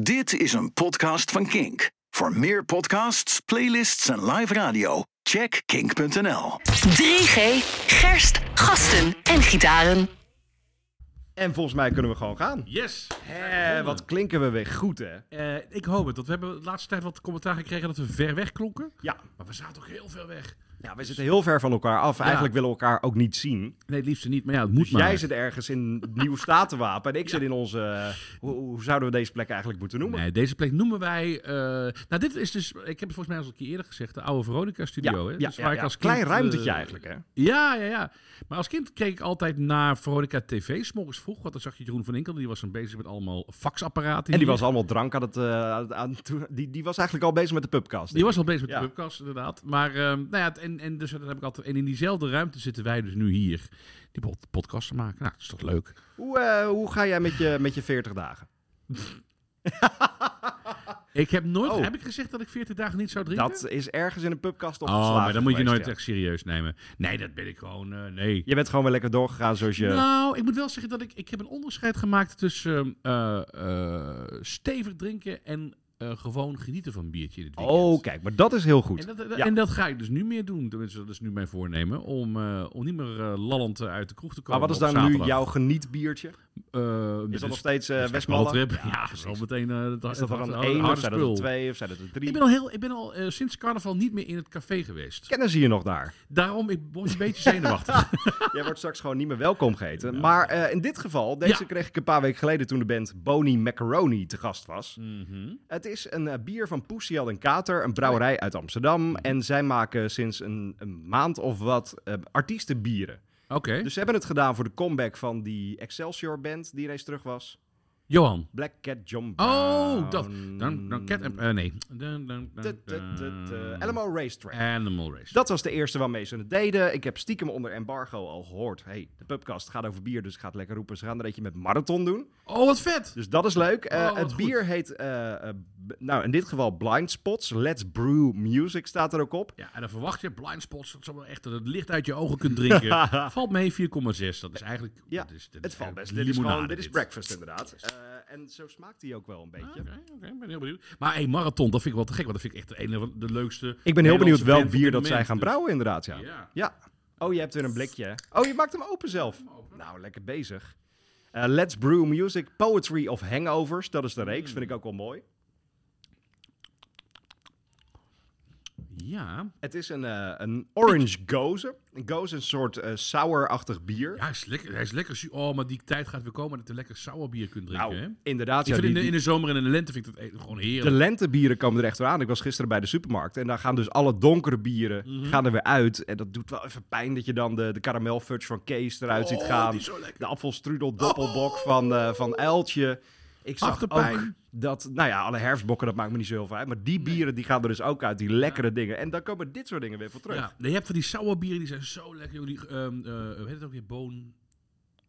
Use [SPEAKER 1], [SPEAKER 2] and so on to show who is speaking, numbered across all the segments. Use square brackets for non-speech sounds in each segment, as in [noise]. [SPEAKER 1] Dit is een podcast van Kink. Voor meer podcasts, playlists en live radio, check kink.nl.
[SPEAKER 2] 3G, gerst, gasten en gitaren.
[SPEAKER 3] En volgens mij kunnen we gewoon gaan.
[SPEAKER 4] Yes!
[SPEAKER 3] Hé, wat klinken we weer goed, hè?
[SPEAKER 4] Eh, ik hoop het. Want we hebben de laatste tijd wat commentaar gekregen dat we ver weg klonken.
[SPEAKER 3] Ja.
[SPEAKER 4] Maar we zaten ook heel veel weg.
[SPEAKER 3] ja, we zitten heel ver van elkaar af. Eigenlijk willen we elkaar ook niet zien.
[SPEAKER 4] Nee, het liefste niet. Maar ja, het Dus- moet
[SPEAKER 3] Dus
[SPEAKER 4] maar.
[SPEAKER 3] jij zit ergens in Nieuw-Statenwapen en ik zit in onze... eh, hoe, hoe zouden we deze plek eigenlijk moeten noemen?
[SPEAKER 4] Nee, deze plek noemen wij... eh, nou, dit is dus... Ik heb het volgens mij al een keer eerder gezegd. De oude Veronica-studio. hè? Dus waar ik als kind,
[SPEAKER 3] Klein ruimtetje
[SPEAKER 4] eh,
[SPEAKER 3] eigenlijk, hè?
[SPEAKER 4] Ja, ja, ja. Maar als kind keek ik altijd naar Veronica TV. 's morgens vroeg. Want dan zag je Jeroen van Inkel. Die was dan bezig met allemaal faxapparaten.
[SPEAKER 3] En die
[SPEAKER 4] hier.
[SPEAKER 3] was allemaal drank aan het... eh, aan, aan- toe- die, die was eigenlijk al bezig met de pubcast.
[SPEAKER 4] Die was al bezig met
[SPEAKER 3] Ja.
[SPEAKER 4] de webcast, inderdaad. Maar ehm, nou ja, het- en, en, dus dat heb ik altijd, en in diezelfde ruimte zitten wij dus nu hier. Die pod- podcast te maken. Nou, dat is toch leuk.
[SPEAKER 3] Hoe, eh, hoe ga jij met je, met je 40 dagen?
[SPEAKER 4] Ik heb nooit...
[SPEAKER 3] Oh.
[SPEAKER 4] Heb ik gezegd dat ik 40 dagen niet zou drinken?
[SPEAKER 3] Dat is ergens in een pubcast opgeslagen
[SPEAKER 4] Oh, maar dan moet je
[SPEAKER 3] geweest,
[SPEAKER 4] nooit
[SPEAKER 3] ja.
[SPEAKER 4] echt serieus nemen. Nee, dat ben ik gewoon... eh, nee.
[SPEAKER 3] Je bent gewoon weer lekker doorgegaan zoals je...
[SPEAKER 4] Nou, ik moet wel zeggen dat ik... Ik heb een onderscheid gemaakt tussen eh, eh, stevig drinken en eh, gewoon genieten van een biertje in het weekend.
[SPEAKER 3] oh, kijk, maar dat is heel goed.
[SPEAKER 4] En dat, dat-
[SPEAKER 3] Ja.
[SPEAKER 4] en dat ga ik dus nu meer doen. Tenminste, dat is nu mijn voornemen. Om, eh, om niet meer eh, lallend eh, uit de kroeg te
[SPEAKER 3] maar
[SPEAKER 4] komen.
[SPEAKER 3] wat is
[SPEAKER 4] op
[SPEAKER 3] dan nu
[SPEAKER 4] zaterdag.
[SPEAKER 3] jouw genietbiertje?
[SPEAKER 4] Eh,
[SPEAKER 3] Is
[SPEAKER 4] dit
[SPEAKER 3] dat nog steeds eh
[SPEAKER 4] dit is
[SPEAKER 3] Westmalle?
[SPEAKER 4] Maltrip. Ja,
[SPEAKER 3] Ja,
[SPEAKER 4] dat is al meteen eh, het-
[SPEAKER 3] Is dat
[SPEAKER 4] het
[SPEAKER 3] er een
[SPEAKER 4] harde-
[SPEAKER 3] één of
[SPEAKER 4] harde
[SPEAKER 3] zijn dat er
[SPEAKER 4] spul.
[SPEAKER 3] twee of zijn dat er drie?
[SPEAKER 4] Ik ben al, heel, ik ben al eh, sinds carnaval niet meer in het café geweest.
[SPEAKER 3] Kennen ze je nog
[SPEAKER 4] [laughs]
[SPEAKER 3] daar?
[SPEAKER 4] Daarom ik word een beetje
[SPEAKER 3] [laughs]
[SPEAKER 4] zenuwachtig.
[SPEAKER 3] Jij wordt straks gewoon niet meer welkom geheten. Maar eh, in dit geval, deze
[SPEAKER 4] Ja.
[SPEAKER 3] kreeg ik een paar weken geleden toen de band Boni Macaroni te gast was.
[SPEAKER 4] Mhm.
[SPEAKER 3] Het is een eh, bier van Poesiel en Kater, een brouwerij uit
[SPEAKER 4] Mhm.
[SPEAKER 3] Amsterdam. En zij maken sinds een, een maand of wat eh, artiestenbieren.
[SPEAKER 4] Oké.
[SPEAKER 3] Dus ze hebben het gedaan voor de comeback van die Excelsior band die ineens terug was.
[SPEAKER 4] Johan.
[SPEAKER 3] Black Cat John
[SPEAKER 4] Oh,
[SPEAKER 3] Brown.
[SPEAKER 4] dat. Dan, dan cat en... eh, nee. Dan, dan, dan,
[SPEAKER 3] Nou, mm. Tut, tut, tut, eh,
[SPEAKER 4] dan-
[SPEAKER 3] Alamo Racetrack.
[SPEAKER 4] Animal Race.
[SPEAKER 3] Dat was de eerste waarmee ze het deden. Ik heb stiekem onder embargo al gehoord. hey, de pubcast gaat over bier, dus ik ga het lekker roepen. Ze gaan er eentje met marathon doen.
[SPEAKER 4] Oh, wat vet!
[SPEAKER 3] Dus dat is leuk. Eh,
[SPEAKER 4] Oh, wat
[SPEAKER 3] het
[SPEAKER 4] goed.
[SPEAKER 3] bier heet, eh, eh, b- nou in dit geval Blind Spots. Let's Brew Music staat er ook op.
[SPEAKER 4] Ja, en dan verwacht je blind spots. Dat zal wel echt dat het licht uit je ogen kunt
[SPEAKER 3] [laughs]
[SPEAKER 4] drinken. valt mee 4,6. Dat is eigenlijk...
[SPEAKER 3] Ja,
[SPEAKER 4] dat is, dat
[SPEAKER 3] Het
[SPEAKER 4] is
[SPEAKER 3] valt
[SPEAKER 4] eigenlijk
[SPEAKER 3] best. Dit is,
[SPEAKER 4] limonade,
[SPEAKER 3] gewoon, dit is breakfast inderdaad. Eh, en zo smaakt hij ook wel een beetje.
[SPEAKER 4] Oké, oké, ik ben heel benieuwd. Maar hey, marathon, dat vind ik wel te gek, want dat vind ik echt een van de leukste.
[SPEAKER 3] Ik ben heel benieuwd
[SPEAKER 4] Nederlandse
[SPEAKER 3] welk
[SPEAKER 4] band op
[SPEAKER 3] bier
[SPEAKER 4] dit
[SPEAKER 3] dat zij
[SPEAKER 4] moment.
[SPEAKER 3] gaan
[SPEAKER 4] Dus-
[SPEAKER 3] brouwen inderdaad. Ja.
[SPEAKER 4] Ja.
[SPEAKER 3] Ja. Oh, je hebt weer een blikje. hè? Oh, je maakt hem open zelf. Nou, lekker bezig. Eh, Let's Brew Music, Poetry of Hangovers. Dat is de reeks,
[SPEAKER 4] Mm.
[SPEAKER 3] vind ik ook wel mooi.
[SPEAKER 4] Ja,
[SPEAKER 3] Het is een, eh, een orange gozer. Een gozer is een soort eh sour-achtig bier.
[SPEAKER 4] ja hij, is lekker, hij is lekker. zuur. Oh, maar die tijd gaat weer komen dat je lekker sour bier kunt drinken.
[SPEAKER 3] nou,
[SPEAKER 4] hè?
[SPEAKER 3] inderdaad.
[SPEAKER 4] Ik
[SPEAKER 3] Ja,
[SPEAKER 4] vind
[SPEAKER 3] die,
[SPEAKER 4] in, de, in
[SPEAKER 3] die-
[SPEAKER 4] de zomer en in de lente vind ik dat e- gewoon
[SPEAKER 3] de
[SPEAKER 4] heerlijk.
[SPEAKER 3] lentebieren komen er echt weer aan. Ik was gisteren bij de supermarkt. En daar gaan dus alle donkere bieren
[SPEAKER 4] Mhm.
[SPEAKER 3] gaan er weer uit. En dat doet wel even pijn dat je dan de, de karamelfudge van Kees eruit ziet
[SPEAKER 4] Oh,
[SPEAKER 3] gaan.
[SPEAKER 4] die is zo lekker.
[SPEAKER 3] De appelstrudel doppelbok van, eh van Uiltje. Ik zag
[SPEAKER 4] Oh. Achterpijn.
[SPEAKER 3] ook dat, nou ja, alle herfstbokken, dat maakt me niet zo heel veel uit. Maar die bieren die gaan er dus ook uit, die lekkere dingen. En dan komen dit soort dingen weer voor terug.
[SPEAKER 4] Ja,
[SPEAKER 3] Ja,
[SPEAKER 4] nee, je hebt van die sour bieren, die zijn zo lekker. joh. Die, ehm eh, hoe heet het ook weer? Boon...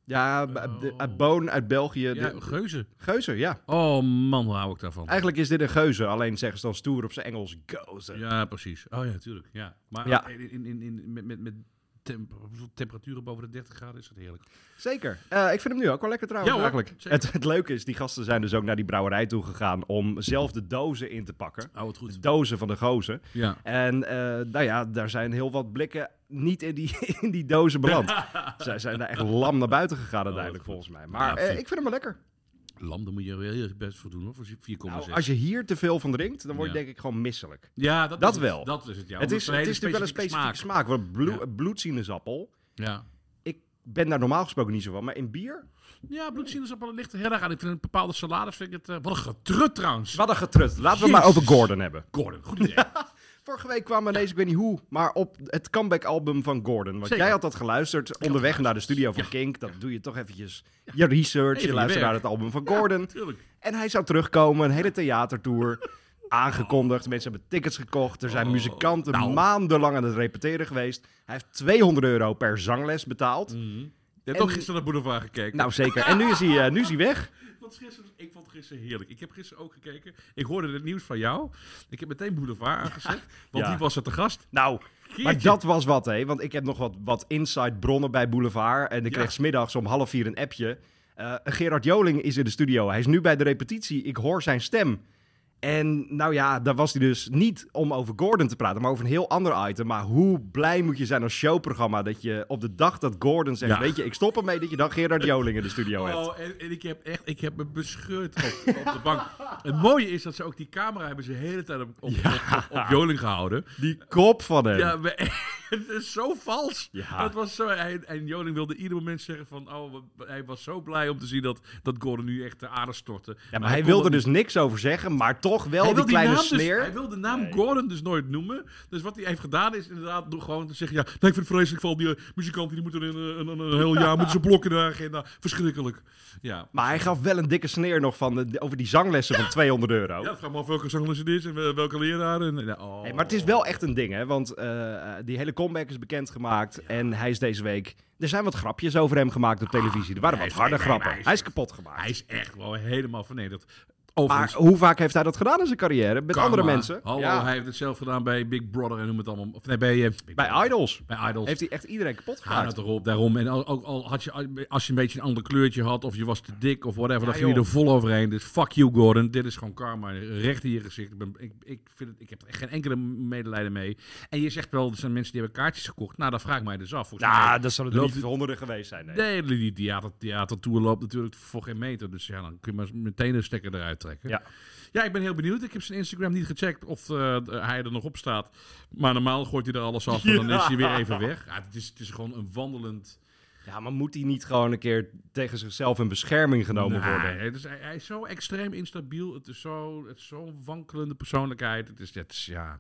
[SPEAKER 3] b- de-
[SPEAKER 4] Oh.
[SPEAKER 3] uit Boon uit België.
[SPEAKER 4] Ja,
[SPEAKER 3] de,
[SPEAKER 4] geuzen.
[SPEAKER 3] geuzer, ja.
[SPEAKER 4] Oh man, hoe hou ik daarvan.
[SPEAKER 3] Eigenlijk is dit een geuzer, alleen zeggen ze dan stoer op zijn Engels gozer.
[SPEAKER 4] Ja, precies. Oh ja, natuurlijk. Ja. Maar
[SPEAKER 3] Ja.
[SPEAKER 4] In, in, in, in- met, met, met temp- temperaturen boven de 30 graden is dat heerlijk.
[SPEAKER 3] Zeker. Eh, ik vind hem nu ook wel lekker trouwens
[SPEAKER 4] Ja, hoor.
[SPEAKER 3] eigenlijk.
[SPEAKER 4] Zeker.
[SPEAKER 3] Het, het leuke is, die gasten zijn dus ook naar die brouwerij toe gegaan om zelf de dozen in te pakken.
[SPEAKER 4] Oh, het
[SPEAKER 3] De
[SPEAKER 4] goed.
[SPEAKER 3] dozen van de gozer.
[SPEAKER 4] Ja.
[SPEAKER 3] En eh, nou ja, daar zijn heel wat blikken niet in die, [laughs] in die dozen beland.
[SPEAKER 4] [laughs]
[SPEAKER 3] Zij zijn daar echt lam naar buiten gegaan uiteindelijk
[SPEAKER 4] wat
[SPEAKER 3] volgens mij. Maar
[SPEAKER 4] Oh, Ja,
[SPEAKER 3] eh,
[SPEAKER 4] vind-
[SPEAKER 3] ik vind hem wel lekker.
[SPEAKER 4] Lam, daar moet je wel heel erg best voor doen hoor. Voor 4,6.
[SPEAKER 3] Nou, als je hier te veel van drinkt, dan word je
[SPEAKER 4] Ja.
[SPEAKER 3] denk ik gewoon misselijk.
[SPEAKER 4] Ja, dat,
[SPEAKER 3] Dat
[SPEAKER 4] is
[SPEAKER 3] wel.
[SPEAKER 4] Het. Dat is het,
[SPEAKER 3] het
[SPEAKER 4] ja. Omdat
[SPEAKER 3] is,
[SPEAKER 4] een
[SPEAKER 3] het
[SPEAKER 4] hele
[SPEAKER 3] is natuurlijk wel een specifieke smaak. want bloe-
[SPEAKER 4] Ja.
[SPEAKER 3] bloedsinusappel.
[SPEAKER 4] Ja.
[SPEAKER 3] Ik ben daar normaal gesproken niet zo van, maar in bier?
[SPEAKER 4] Ja, bloedsinusappel ligt er heel erg aan. Ik vind een bepaalde salades vind ik het... eh, wat een getrut trouwens.
[SPEAKER 3] Wat een getrut. Laten we
[SPEAKER 4] Jezus.
[SPEAKER 3] maar over Gordon hebben.
[SPEAKER 4] Gordon, goed [laughs] idee.
[SPEAKER 3] Vorige week kwamen we ineens, ik weet niet hoe, maar op het comeback-album van Gordon. Want
[SPEAKER 4] Zeker.
[SPEAKER 3] jij had dat geluisterd onderweg naar de studio van
[SPEAKER 4] Ja.
[SPEAKER 3] Kink. Dat doe je toch eventjes. Je research,
[SPEAKER 4] Even
[SPEAKER 3] je
[SPEAKER 4] je
[SPEAKER 3] luistert
[SPEAKER 4] werk.
[SPEAKER 3] naar het album van Gordon.
[SPEAKER 4] Tuurlijk.
[SPEAKER 3] En hij zou terugkomen, een hele theatertour. [laughs] Aangekondigd, mensen hebben tickets gekocht. Er zijn
[SPEAKER 4] Oh,
[SPEAKER 3] muzikanten
[SPEAKER 4] nou.
[SPEAKER 3] maandenlang aan het repeteren geweest. Hij heeft 200 euro per zangles betaald.
[SPEAKER 4] Mm. Je hebt
[SPEAKER 3] En-
[SPEAKER 4] ook gisteren naar Boulevard gekeken.
[SPEAKER 3] Nou zeker. En nu is hij, eh, nu is hij weg.
[SPEAKER 4] Want gisteren, ik vond gisteren heerlijk. Ik heb gisteren ook gekeken. Ik hoorde het nieuws van jou. Ik heb meteen Boulevard aangezet. Want
[SPEAKER 3] Ja.
[SPEAKER 4] die was er te gast.
[SPEAKER 3] Nou, maar
[SPEAKER 4] Geertje.
[SPEAKER 3] dat was wat, hè. Want ik heb nog wat, wat inside bronnen bij Boulevard. En ik
[SPEAKER 4] Ja.
[SPEAKER 3] kreeg smiddags om half vier een appje. Eh, Gerard Joling is in de studio. Hij is nu bij de repetitie. Ik hoor zijn stem. En nou ja, daar was hij dus niet om over Gordon te praten, maar over een heel ander item. Maar hoe blij moet je zijn als showprogramma dat je op de dag dat Gordon zegt,
[SPEAKER 4] Ja.
[SPEAKER 3] weet je, ik stop ermee, dat je dan Gerard Joling in de studio hebt.
[SPEAKER 4] Oh, en, en ik heb echt, ik heb me bescheurd op, op de bank. [laughs] Het mooie is dat ze ook die camera hebben ze de hele tijd op, op, op, op Joling gehouden.
[SPEAKER 3] Die kop van hem.
[SPEAKER 4] Ja, we- [laughs] het is zo vals.
[SPEAKER 3] Ja.
[SPEAKER 4] Het was zo, en, en Joling wilde ieder moment zeggen van, oh, we- hij was zo blij om te zien dat, dat Gordon nu echt de aarde stortte.
[SPEAKER 3] Ja, maar
[SPEAKER 4] Maar
[SPEAKER 3] hij
[SPEAKER 4] kon
[SPEAKER 3] wilde
[SPEAKER 4] dat
[SPEAKER 3] dus niks over zeggen, maar toch wel die
[SPEAKER 4] Hij wil die
[SPEAKER 3] kleine
[SPEAKER 4] naam
[SPEAKER 3] sneer.
[SPEAKER 4] Dus, hij wil de naam Gordon dus nooit noemen. Dus wat hij heeft gedaan is inderdaad door gewoon te zeggen... Ja, nee, ik vind het vreselijk van die eh, muzikanten. Die moeten een, een, een, een heel jaar moeten ze blokken in de agenda. Verschrikkelijk. Ja.
[SPEAKER 3] Maar hij gaf wel een dikke sneer nog van de- over die zanglessen van 200 euro.
[SPEAKER 4] Ja, vraag me af welke zangles het is en wel- welke leraar. En, en- oh.
[SPEAKER 3] Hey, maar het is wel echt een ding, hè? Want eh, die hele comeback is bekendgemaakt. En hij is deze week. Er zijn wat grapjes over hem gemaakt op televisie. Er waren
[SPEAKER 4] hij
[SPEAKER 3] wat
[SPEAKER 4] is-
[SPEAKER 3] harde
[SPEAKER 4] nee, nee,
[SPEAKER 3] grappen.
[SPEAKER 4] maar hij is-
[SPEAKER 3] hij is kapot gemaakt.
[SPEAKER 4] Hij is echt wel helemaal vernederd. Overigens,
[SPEAKER 3] maar hoe vaak heeft hij dat gedaan in zijn carrière? Met
[SPEAKER 4] karma.
[SPEAKER 3] andere mensen?
[SPEAKER 4] Hallo,
[SPEAKER 3] Ja.
[SPEAKER 4] hij heeft het zelf gedaan bij Big Brother en noem het allemaal. Of nee, bij, eh, Big
[SPEAKER 3] Bij
[SPEAKER 4] Brother.
[SPEAKER 3] Idols
[SPEAKER 4] Bij Idols.
[SPEAKER 3] heeft hij echt iedereen kapot
[SPEAKER 4] Ga
[SPEAKER 3] gemaakt.
[SPEAKER 4] het erop, daarom. En al- ook al had je, als je een beetje een ander kleurtje had, of je was te dik of whatever, dan ging je
[SPEAKER 3] joh.
[SPEAKER 4] er vol overheen. Dus fuck you, Gordon. Dit is gewoon karma. Recht in je gezicht. Ik, ben, ik, ik, vind het, ik heb er echt geen enkele medelijden mee. En je zegt wel, er zijn mensen die hebben kaartjes gekocht. Nou, dan vraag ik mij dus af. Volgens mij-
[SPEAKER 3] nou, dat zullen er
[SPEAKER 4] Loopt-
[SPEAKER 3] niet honderden geweest zijn. Nee.
[SPEAKER 4] Nee, die theater, theatertour loopt natuurlijk voor geen meter. Dus ja, dan kun je maar meteen een stekker eruit trekken.
[SPEAKER 3] Ja.
[SPEAKER 4] ja, ik ben heel benieuwd. Ik heb zijn Instagram niet gecheckt of eh, d- hij er nog op staat. Maar normaal gooit hij er alles af en dan is hij weer even weg. Ja, het, is, het is gewoon een wandelend...
[SPEAKER 3] Ja, maar moet hij niet gewoon een keer tegen zichzelf in bescherming genomen
[SPEAKER 4] Nee,
[SPEAKER 3] worden?
[SPEAKER 4] Het is, hij, hij is zo extreem instabiel. Het is zo- het is zo'n wankelende persoonlijkheid. Het is, het is, ja,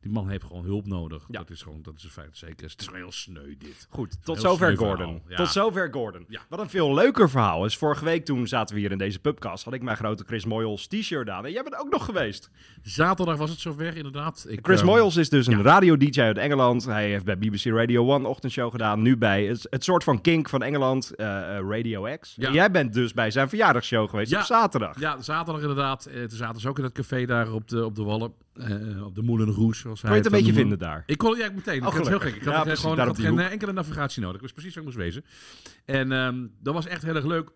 [SPEAKER 4] die man heeft gewoon hulp nodig.
[SPEAKER 3] Ja.
[SPEAKER 4] Dat is gewoon, dat is een feit zeker. Het is gewoon heel sneu dit.
[SPEAKER 3] Goed, tot
[SPEAKER 4] Heel
[SPEAKER 3] zover
[SPEAKER 4] sneu
[SPEAKER 3] Gordon.
[SPEAKER 4] verhaal, ja.
[SPEAKER 3] Tot zover Gordon.
[SPEAKER 4] Ja.
[SPEAKER 3] Wat een veel leuker verhaal is. Vorige week toen zaten we hier in deze pubcast, had ik mijn grote Chris Moyles t-shirt aan. En jij bent ook nog geweest.
[SPEAKER 4] Zaterdag was het zover, inderdaad. Ik,
[SPEAKER 3] Chris
[SPEAKER 4] ehm,
[SPEAKER 3] Moyles is dus een radio-dj uit Engeland. Hij heeft bij BBC Radio 1 ochtendshow gedaan. Nu bij het, het soort van kink van Engeland, eh, eh, Radio X.
[SPEAKER 4] Ja.
[SPEAKER 3] En jij bent dus bij zijn verjaardagsshow geweest
[SPEAKER 4] Ja.
[SPEAKER 3] op zaterdag.
[SPEAKER 4] Ja, zaterdag inderdaad. Eh, Toen zaten ze ook in dat café daar op de, op de Wallen. eh, op de Moulin Rouge. Zoals
[SPEAKER 3] Kun je het een beetje vinden daar?
[SPEAKER 4] Ik kon ja, ik meteen.
[SPEAKER 3] Oh,
[SPEAKER 4] ik had het heel gek.
[SPEAKER 3] gelukkig.
[SPEAKER 4] Ik had,
[SPEAKER 3] Ja,
[SPEAKER 4] het, eh,
[SPEAKER 3] precies,
[SPEAKER 4] gewoon, ik
[SPEAKER 3] daar
[SPEAKER 4] had
[SPEAKER 3] op die
[SPEAKER 4] geen
[SPEAKER 3] hoek.
[SPEAKER 4] eh, enkele navigatie nodig. Ik wist precies waar ik moest wezen. En ehm, dat was echt heel erg leuk.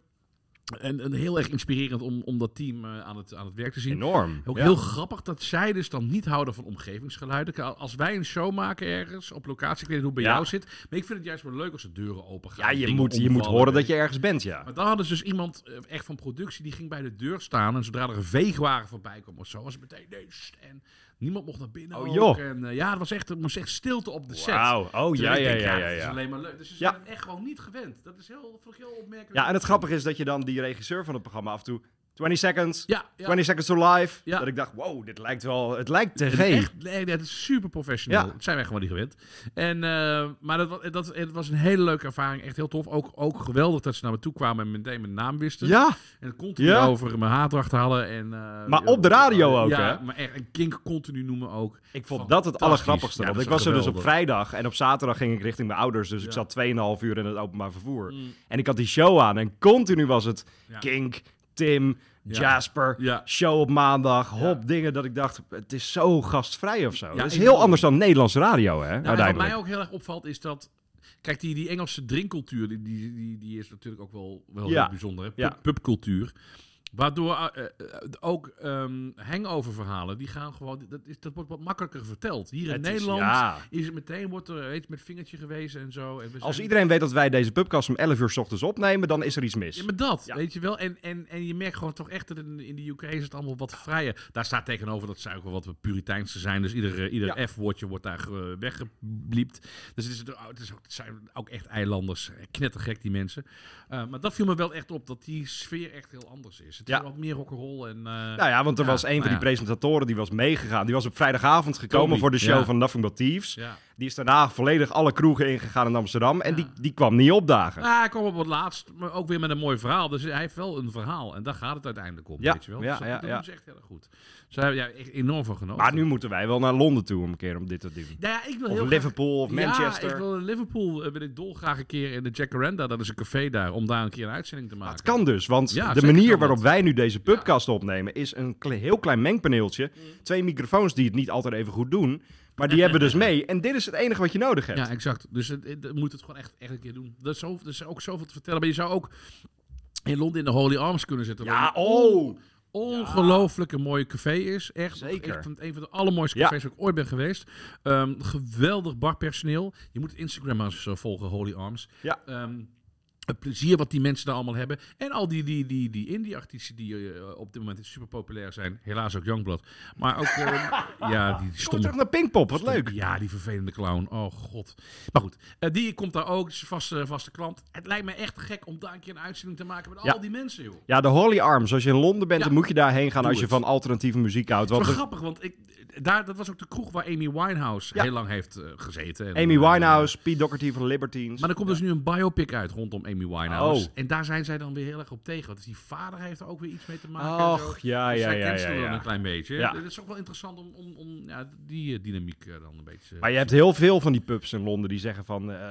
[SPEAKER 4] En, en heel erg inspirerend om, om dat team eh, aan, het, aan het werk te zien.
[SPEAKER 3] Enorm.
[SPEAKER 4] Ook
[SPEAKER 3] Ja.
[SPEAKER 4] heel grappig dat zij dus dan niet houden van omgevingsgeluiden. Kijk, Als wij een show maken ergens op locatie, ik weet niet hoe het bij
[SPEAKER 3] Ja.
[SPEAKER 4] jou zit. Maar ik vind het juist wel leuk als de deuren open gaan.
[SPEAKER 3] Ja, je,
[SPEAKER 4] dingen
[SPEAKER 3] moet, je moet
[SPEAKER 4] omvallen,
[SPEAKER 3] horen
[SPEAKER 4] weet
[SPEAKER 3] dat je ergens bent, ja.
[SPEAKER 4] maar daar hadden ze dus iemand eh, echt van productie, die ging bij de deur staan. En zodra er een veegwagen voorbij kwam of zo, was het meteen... Nee, sst, en niemand mocht naar binnen
[SPEAKER 3] Oh,
[SPEAKER 4] ook.
[SPEAKER 3] joh.
[SPEAKER 4] En eh, ja, er was echt, er moest echt stilte op de set.
[SPEAKER 3] Wauw. Oh,
[SPEAKER 4] Terwijl
[SPEAKER 3] ja,
[SPEAKER 4] ik
[SPEAKER 3] ja,
[SPEAKER 4] denk,
[SPEAKER 3] ja, ja,
[SPEAKER 4] dat is
[SPEAKER 3] ja.
[SPEAKER 4] alleen maar leuk. Dus ze
[SPEAKER 3] Ja.
[SPEAKER 4] zijn het echt gewoon niet gewend. Dat is heel, vond ik heel opmerkelijk.
[SPEAKER 3] Ja, en het grappige is dat je dan die regisseur van het programma af en toe... 20 seconds,
[SPEAKER 4] Ja, ja.
[SPEAKER 3] 20 seconds to live.
[SPEAKER 4] Ja.
[SPEAKER 3] Dat ik dacht, wow, dit lijkt wel... Het lijkt tv.
[SPEAKER 4] Het is echt, nee, dat is super professioneel.
[SPEAKER 3] Ja.
[SPEAKER 4] Dat zijn wij gewoon niet gewend. En, eh, maar dat, wa- dat, het was een hele leuke ervaring. Echt heel tof. Ook, ook geweldig dat ze naar me toe kwamen en meteen mijn naam wisten.
[SPEAKER 3] Ja,
[SPEAKER 4] En continu
[SPEAKER 3] Ja.
[SPEAKER 4] over mijn haatdracht hadden. En, eh,
[SPEAKER 3] Maar op de radio ook,
[SPEAKER 4] ja,
[SPEAKER 3] hè?
[SPEAKER 4] Maar echt, en Kink continu noemen ook.
[SPEAKER 3] ik vond dat het allergrappigste. want ik was er dus op vrijdag en op zaterdag ging ik richting mijn ouders. Dus ik
[SPEAKER 4] Ja. Mm.
[SPEAKER 3] zat 2,5 uur in het openbaar vervoer. En ik had die show aan en continu was het
[SPEAKER 4] Ja.
[SPEAKER 3] Kink, Tim,
[SPEAKER 4] Ja.
[SPEAKER 3] Jasper,
[SPEAKER 4] Ja.
[SPEAKER 3] show op maandag, hop, dingen dat ik dacht, het is zo gastvrij of zo. dat is
[SPEAKER 4] ik
[SPEAKER 3] heel
[SPEAKER 4] bedoel-
[SPEAKER 3] anders dan Nederlandse radio, hè,
[SPEAKER 4] Nou, en wat
[SPEAKER 3] uiteindelijk.
[SPEAKER 4] mij ook heel erg opvalt is dat... Kijk, die, die Engelse drinkcultuur, die, die, die, die is natuurlijk ook wel, wel
[SPEAKER 3] Ja.
[SPEAKER 4] heel bijzonder. Hè? Pub-
[SPEAKER 3] Ja.
[SPEAKER 4] Pubcultuur. Waardoor eh, eh, ook ehm hangover-verhalen, die gaan gewoon... Dat, is, dat wordt wat makkelijker verteld. Hier in
[SPEAKER 3] Het is-
[SPEAKER 4] Nederland is,
[SPEAKER 3] ja.
[SPEAKER 4] het meteen, wordt er weet, je, met vingertje gewezen en zo. En we
[SPEAKER 3] Als
[SPEAKER 4] zijn-
[SPEAKER 3] iedereen weet dat wij deze podcast om 11 uur 's ochtends opnemen, dan is er iets mis.
[SPEAKER 4] Ja, maar dat,
[SPEAKER 3] Ja.
[SPEAKER 4] weet je wel. En, en, en je merkt gewoon toch echt dat in, in de UK is het allemaal wat vrijer. Daar staat tegenover dat zuigen wat we Puriteinse zijn. Dus ieder, eh, ieder F-woordje wordt daar eh, weggebliept. Dus het, is, het, is ook, het zijn ook echt eilanders. Eh, Knettergek, die mensen. Eh, maar dat viel me wel echt op, dat die sfeer echt heel anders is. Het
[SPEAKER 3] Ja.
[SPEAKER 4] is wat meer rock'n'roll en... eh,
[SPEAKER 3] Nou ja, want er
[SPEAKER 4] Ja,
[SPEAKER 3] was een
[SPEAKER 4] nou
[SPEAKER 3] van die
[SPEAKER 4] ja.
[SPEAKER 3] presentatoren die was meegegaan. Die was op vrijdagavond gekomen
[SPEAKER 4] Toby,
[SPEAKER 3] voor de show
[SPEAKER 4] ja.
[SPEAKER 3] van Nothing But Thieves.
[SPEAKER 4] ja.
[SPEAKER 3] Die is daarna volledig alle kroegen ingegaan in Amsterdam. En
[SPEAKER 4] Ja.
[SPEAKER 3] die, die kwam niet opdagen.
[SPEAKER 4] Ah, hij kwam op het laatst, maar ook weer met een mooi verhaal. Dus hij heeft wel een verhaal. En daar gaat het uiteindelijk om,
[SPEAKER 3] Ja,
[SPEAKER 4] weet je wel.
[SPEAKER 3] ja,
[SPEAKER 4] dus dat,
[SPEAKER 3] ja,
[SPEAKER 4] dat
[SPEAKER 3] ja.
[SPEAKER 4] doen ze echt heel erg goed. Dus daar hebben ja, echt enorm van genoten.
[SPEAKER 3] maar nu moeten wij wel naar Londen toe om een keer om dit te doen.
[SPEAKER 4] Nou ja, ik wil heel
[SPEAKER 3] Of
[SPEAKER 4] graag-
[SPEAKER 3] Liverpool of Manchester.
[SPEAKER 4] Ja, ik wil in Liverpool eh, wil ik dolgraag een keer in de Jacaranda. Dat is een café daar, om daar een keer een uitzending te
[SPEAKER 3] Maar
[SPEAKER 4] maken.
[SPEAKER 3] het kan dus, want
[SPEAKER 4] Ja,
[SPEAKER 3] de
[SPEAKER 4] zeker
[SPEAKER 3] manier
[SPEAKER 4] kan
[SPEAKER 3] waarop
[SPEAKER 4] dat.
[SPEAKER 3] wij nu deze pubcast opnemen is een kle- heel klein mengpaneeltje.
[SPEAKER 4] Mm.
[SPEAKER 3] Twee microfoons die het niet altijd even goed doen, maar die hebben we dus mee. En dit is het enige wat je nodig hebt.
[SPEAKER 4] Ja, exact. Dus het, het- het moet het gewoon echt, echt een keer doen. Er is, zo, er is ook zoveel te vertellen. Maar je zou ook in Londen in de Holy Arms kunnen zitten.
[SPEAKER 3] Ja,
[SPEAKER 4] Wat een
[SPEAKER 3] oh!
[SPEAKER 4] ongelooflijk een mooie café is. Echt
[SPEAKER 3] Zeker.
[SPEAKER 4] echt van- een van de allermooiste
[SPEAKER 3] Ja.
[SPEAKER 4] cafés waar ik ooit ben geweest. Ehm, geweldig barpersoneel. Je moet Instagram maar eens eh, volgen, Holy Arms.
[SPEAKER 3] Ja.
[SPEAKER 4] Ehm, het plezier wat die mensen daar allemaal hebben. En al die, die, die, die indie-artiesten die eh, op dit moment super populair zijn. Helaas ook Youngblood. Maar ook ehm, ja, die
[SPEAKER 3] Kom
[SPEAKER 4] stomme
[SPEAKER 3] terug naar Pinkpop, wat leuk.
[SPEAKER 4] ja, die vervelende clown. Oh god. Maar goed, eh, die komt daar ook. is vaste, vaste klant. Het lijkt me echt gek om daar een keer een uitzending te maken met
[SPEAKER 3] Ja.
[SPEAKER 4] al die mensen, joh.
[SPEAKER 3] Ja, de Holly Arms. Als je in Londen bent,
[SPEAKER 4] Ja.
[SPEAKER 3] dan moet je daarheen gaan
[SPEAKER 4] Doe
[SPEAKER 3] als je
[SPEAKER 4] het.
[SPEAKER 3] van alternatieve muziek houdt.
[SPEAKER 4] Het
[SPEAKER 3] Want
[SPEAKER 4] is wel
[SPEAKER 3] er-
[SPEAKER 4] grappig, want ik, daar, dat was ook de kroeg waar Amy Winehouse
[SPEAKER 3] Ja.
[SPEAKER 4] heel lang heeft eh, gezeten. En,
[SPEAKER 3] Amy
[SPEAKER 4] eh,
[SPEAKER 3] Winehouse, Pete Doherty van de Libertines.
[SPEAKER 4] Maar er komt dus nu een biopic uit rondom Amy Winehouse.
[SPEAKER 3] Oh.
[SPEAKER 4] En daar zijn zij dan weer heel erg op tegen. Want die vader heeft er ook weer iets mee te maken. en zo.
[SPEAKER 3] Och, ja,
[SPEAKER 4] Dus
[SPEAKER 3] ja,
[SPEAKER 4] zij
[SPEAKER 3] ja, ja,
[SPEAKER 4] cancelen dan
[SPEAKER 3] ja.
[SPEAKER 4] een klein beetje.
[SPEAKER 3] Ja.
[SPEAKER 4] Het is ook wel interessant om, om, om ja, die eh, dynamiek eh, dan een beetje...
[SPEAKER 3] Maar je hebt heel veel van die pubs in Londen die zeggen van... eh,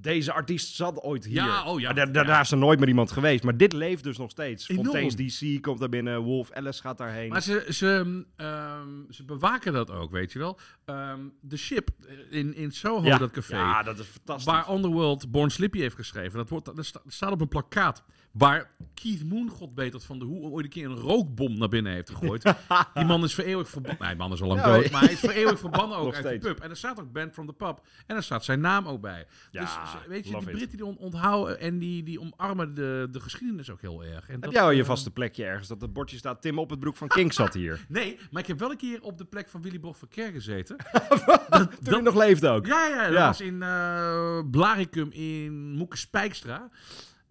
[SPEAKER 3] deze artiest zat ooit hier.
[SPEAKER 4] Ja, oh ja,
[SPEAKER 3] Maar daar-
[SPEAKER 4] ja.
[SPEAKER 3] Daarna is er nooit meer iemand geweest. Maar dit leeft dus nog steeds.
[SPEAKER 4] Enorm.
[SPEAKER 3] Fontaine's DC komt daar binnen. Wolf Alice gaat daarheen.
[SPEAKER 4] Maar ze, ze, ehm, ze bewaken dat ook, weet je wel. Ehm, de Ship in, in Soho,
[SPEAKER 3] ja.
[SPEAKER 4] dat café.
[SPEAKER 3] Ja, dat is fantastisch.
[SPEAKER 4] waar Underworld Born Slippy heeft geschreven. Dat, wordt, dat sta- staat op een plakkaat. Waar Keith Moon, god weet dat van de hoe, ooit een keer een rookbom naar binnen heeft
[SPEAKER 3] [laughs]
[SPEAKER 4] gegooid. Die man is voor eeuwig verbannen. Nee, die man is al lang
[SPEAKER 3] Ja,
[SPEAKER 4] dood. Maar hij is voor eeuwig verbannen ook
[SPEAKER 3] [laughs] Nog
[SPEAKER 4] uit
[SPEAKER 3] steeds.
[SPEAKER 4] de pub. En er staat ook Band from the Pub. En daar staat zijn naam ook bij.
[SPEAKER 3] Ja,
[SPEAKER 4] dus ze- weet je, die
[SPEAKER 3] love it.
[SPEAKER 4] Britten die on- onthouden en die, die omarmen de, de geschiedenis ook heel erg. En
[SPEAKER 3] Heb
[SPEAKER 4] dat,
[SPEAKER 3] jij al je
[SPEAKER 4] ehm,
[SPEAKER 3] vaste plekje ergens? Dat het bordje staat Tim op het broek van King zat
[SPEAKER 4] [laughs]
[SPEAKER 3] hier.
[SPEAKER 4] Nee, maar ik heb wel een keer op de plek van Willy Boch van Kerk gezeten.
[SPEAKER 3] Toen hij nog leefde ook.
[SPEAKER 4] Ja, ja, dat
[SPEAKER 3] Ja.
[SPEAKER 4] was in eh Blaricum in Moekenspijkstra.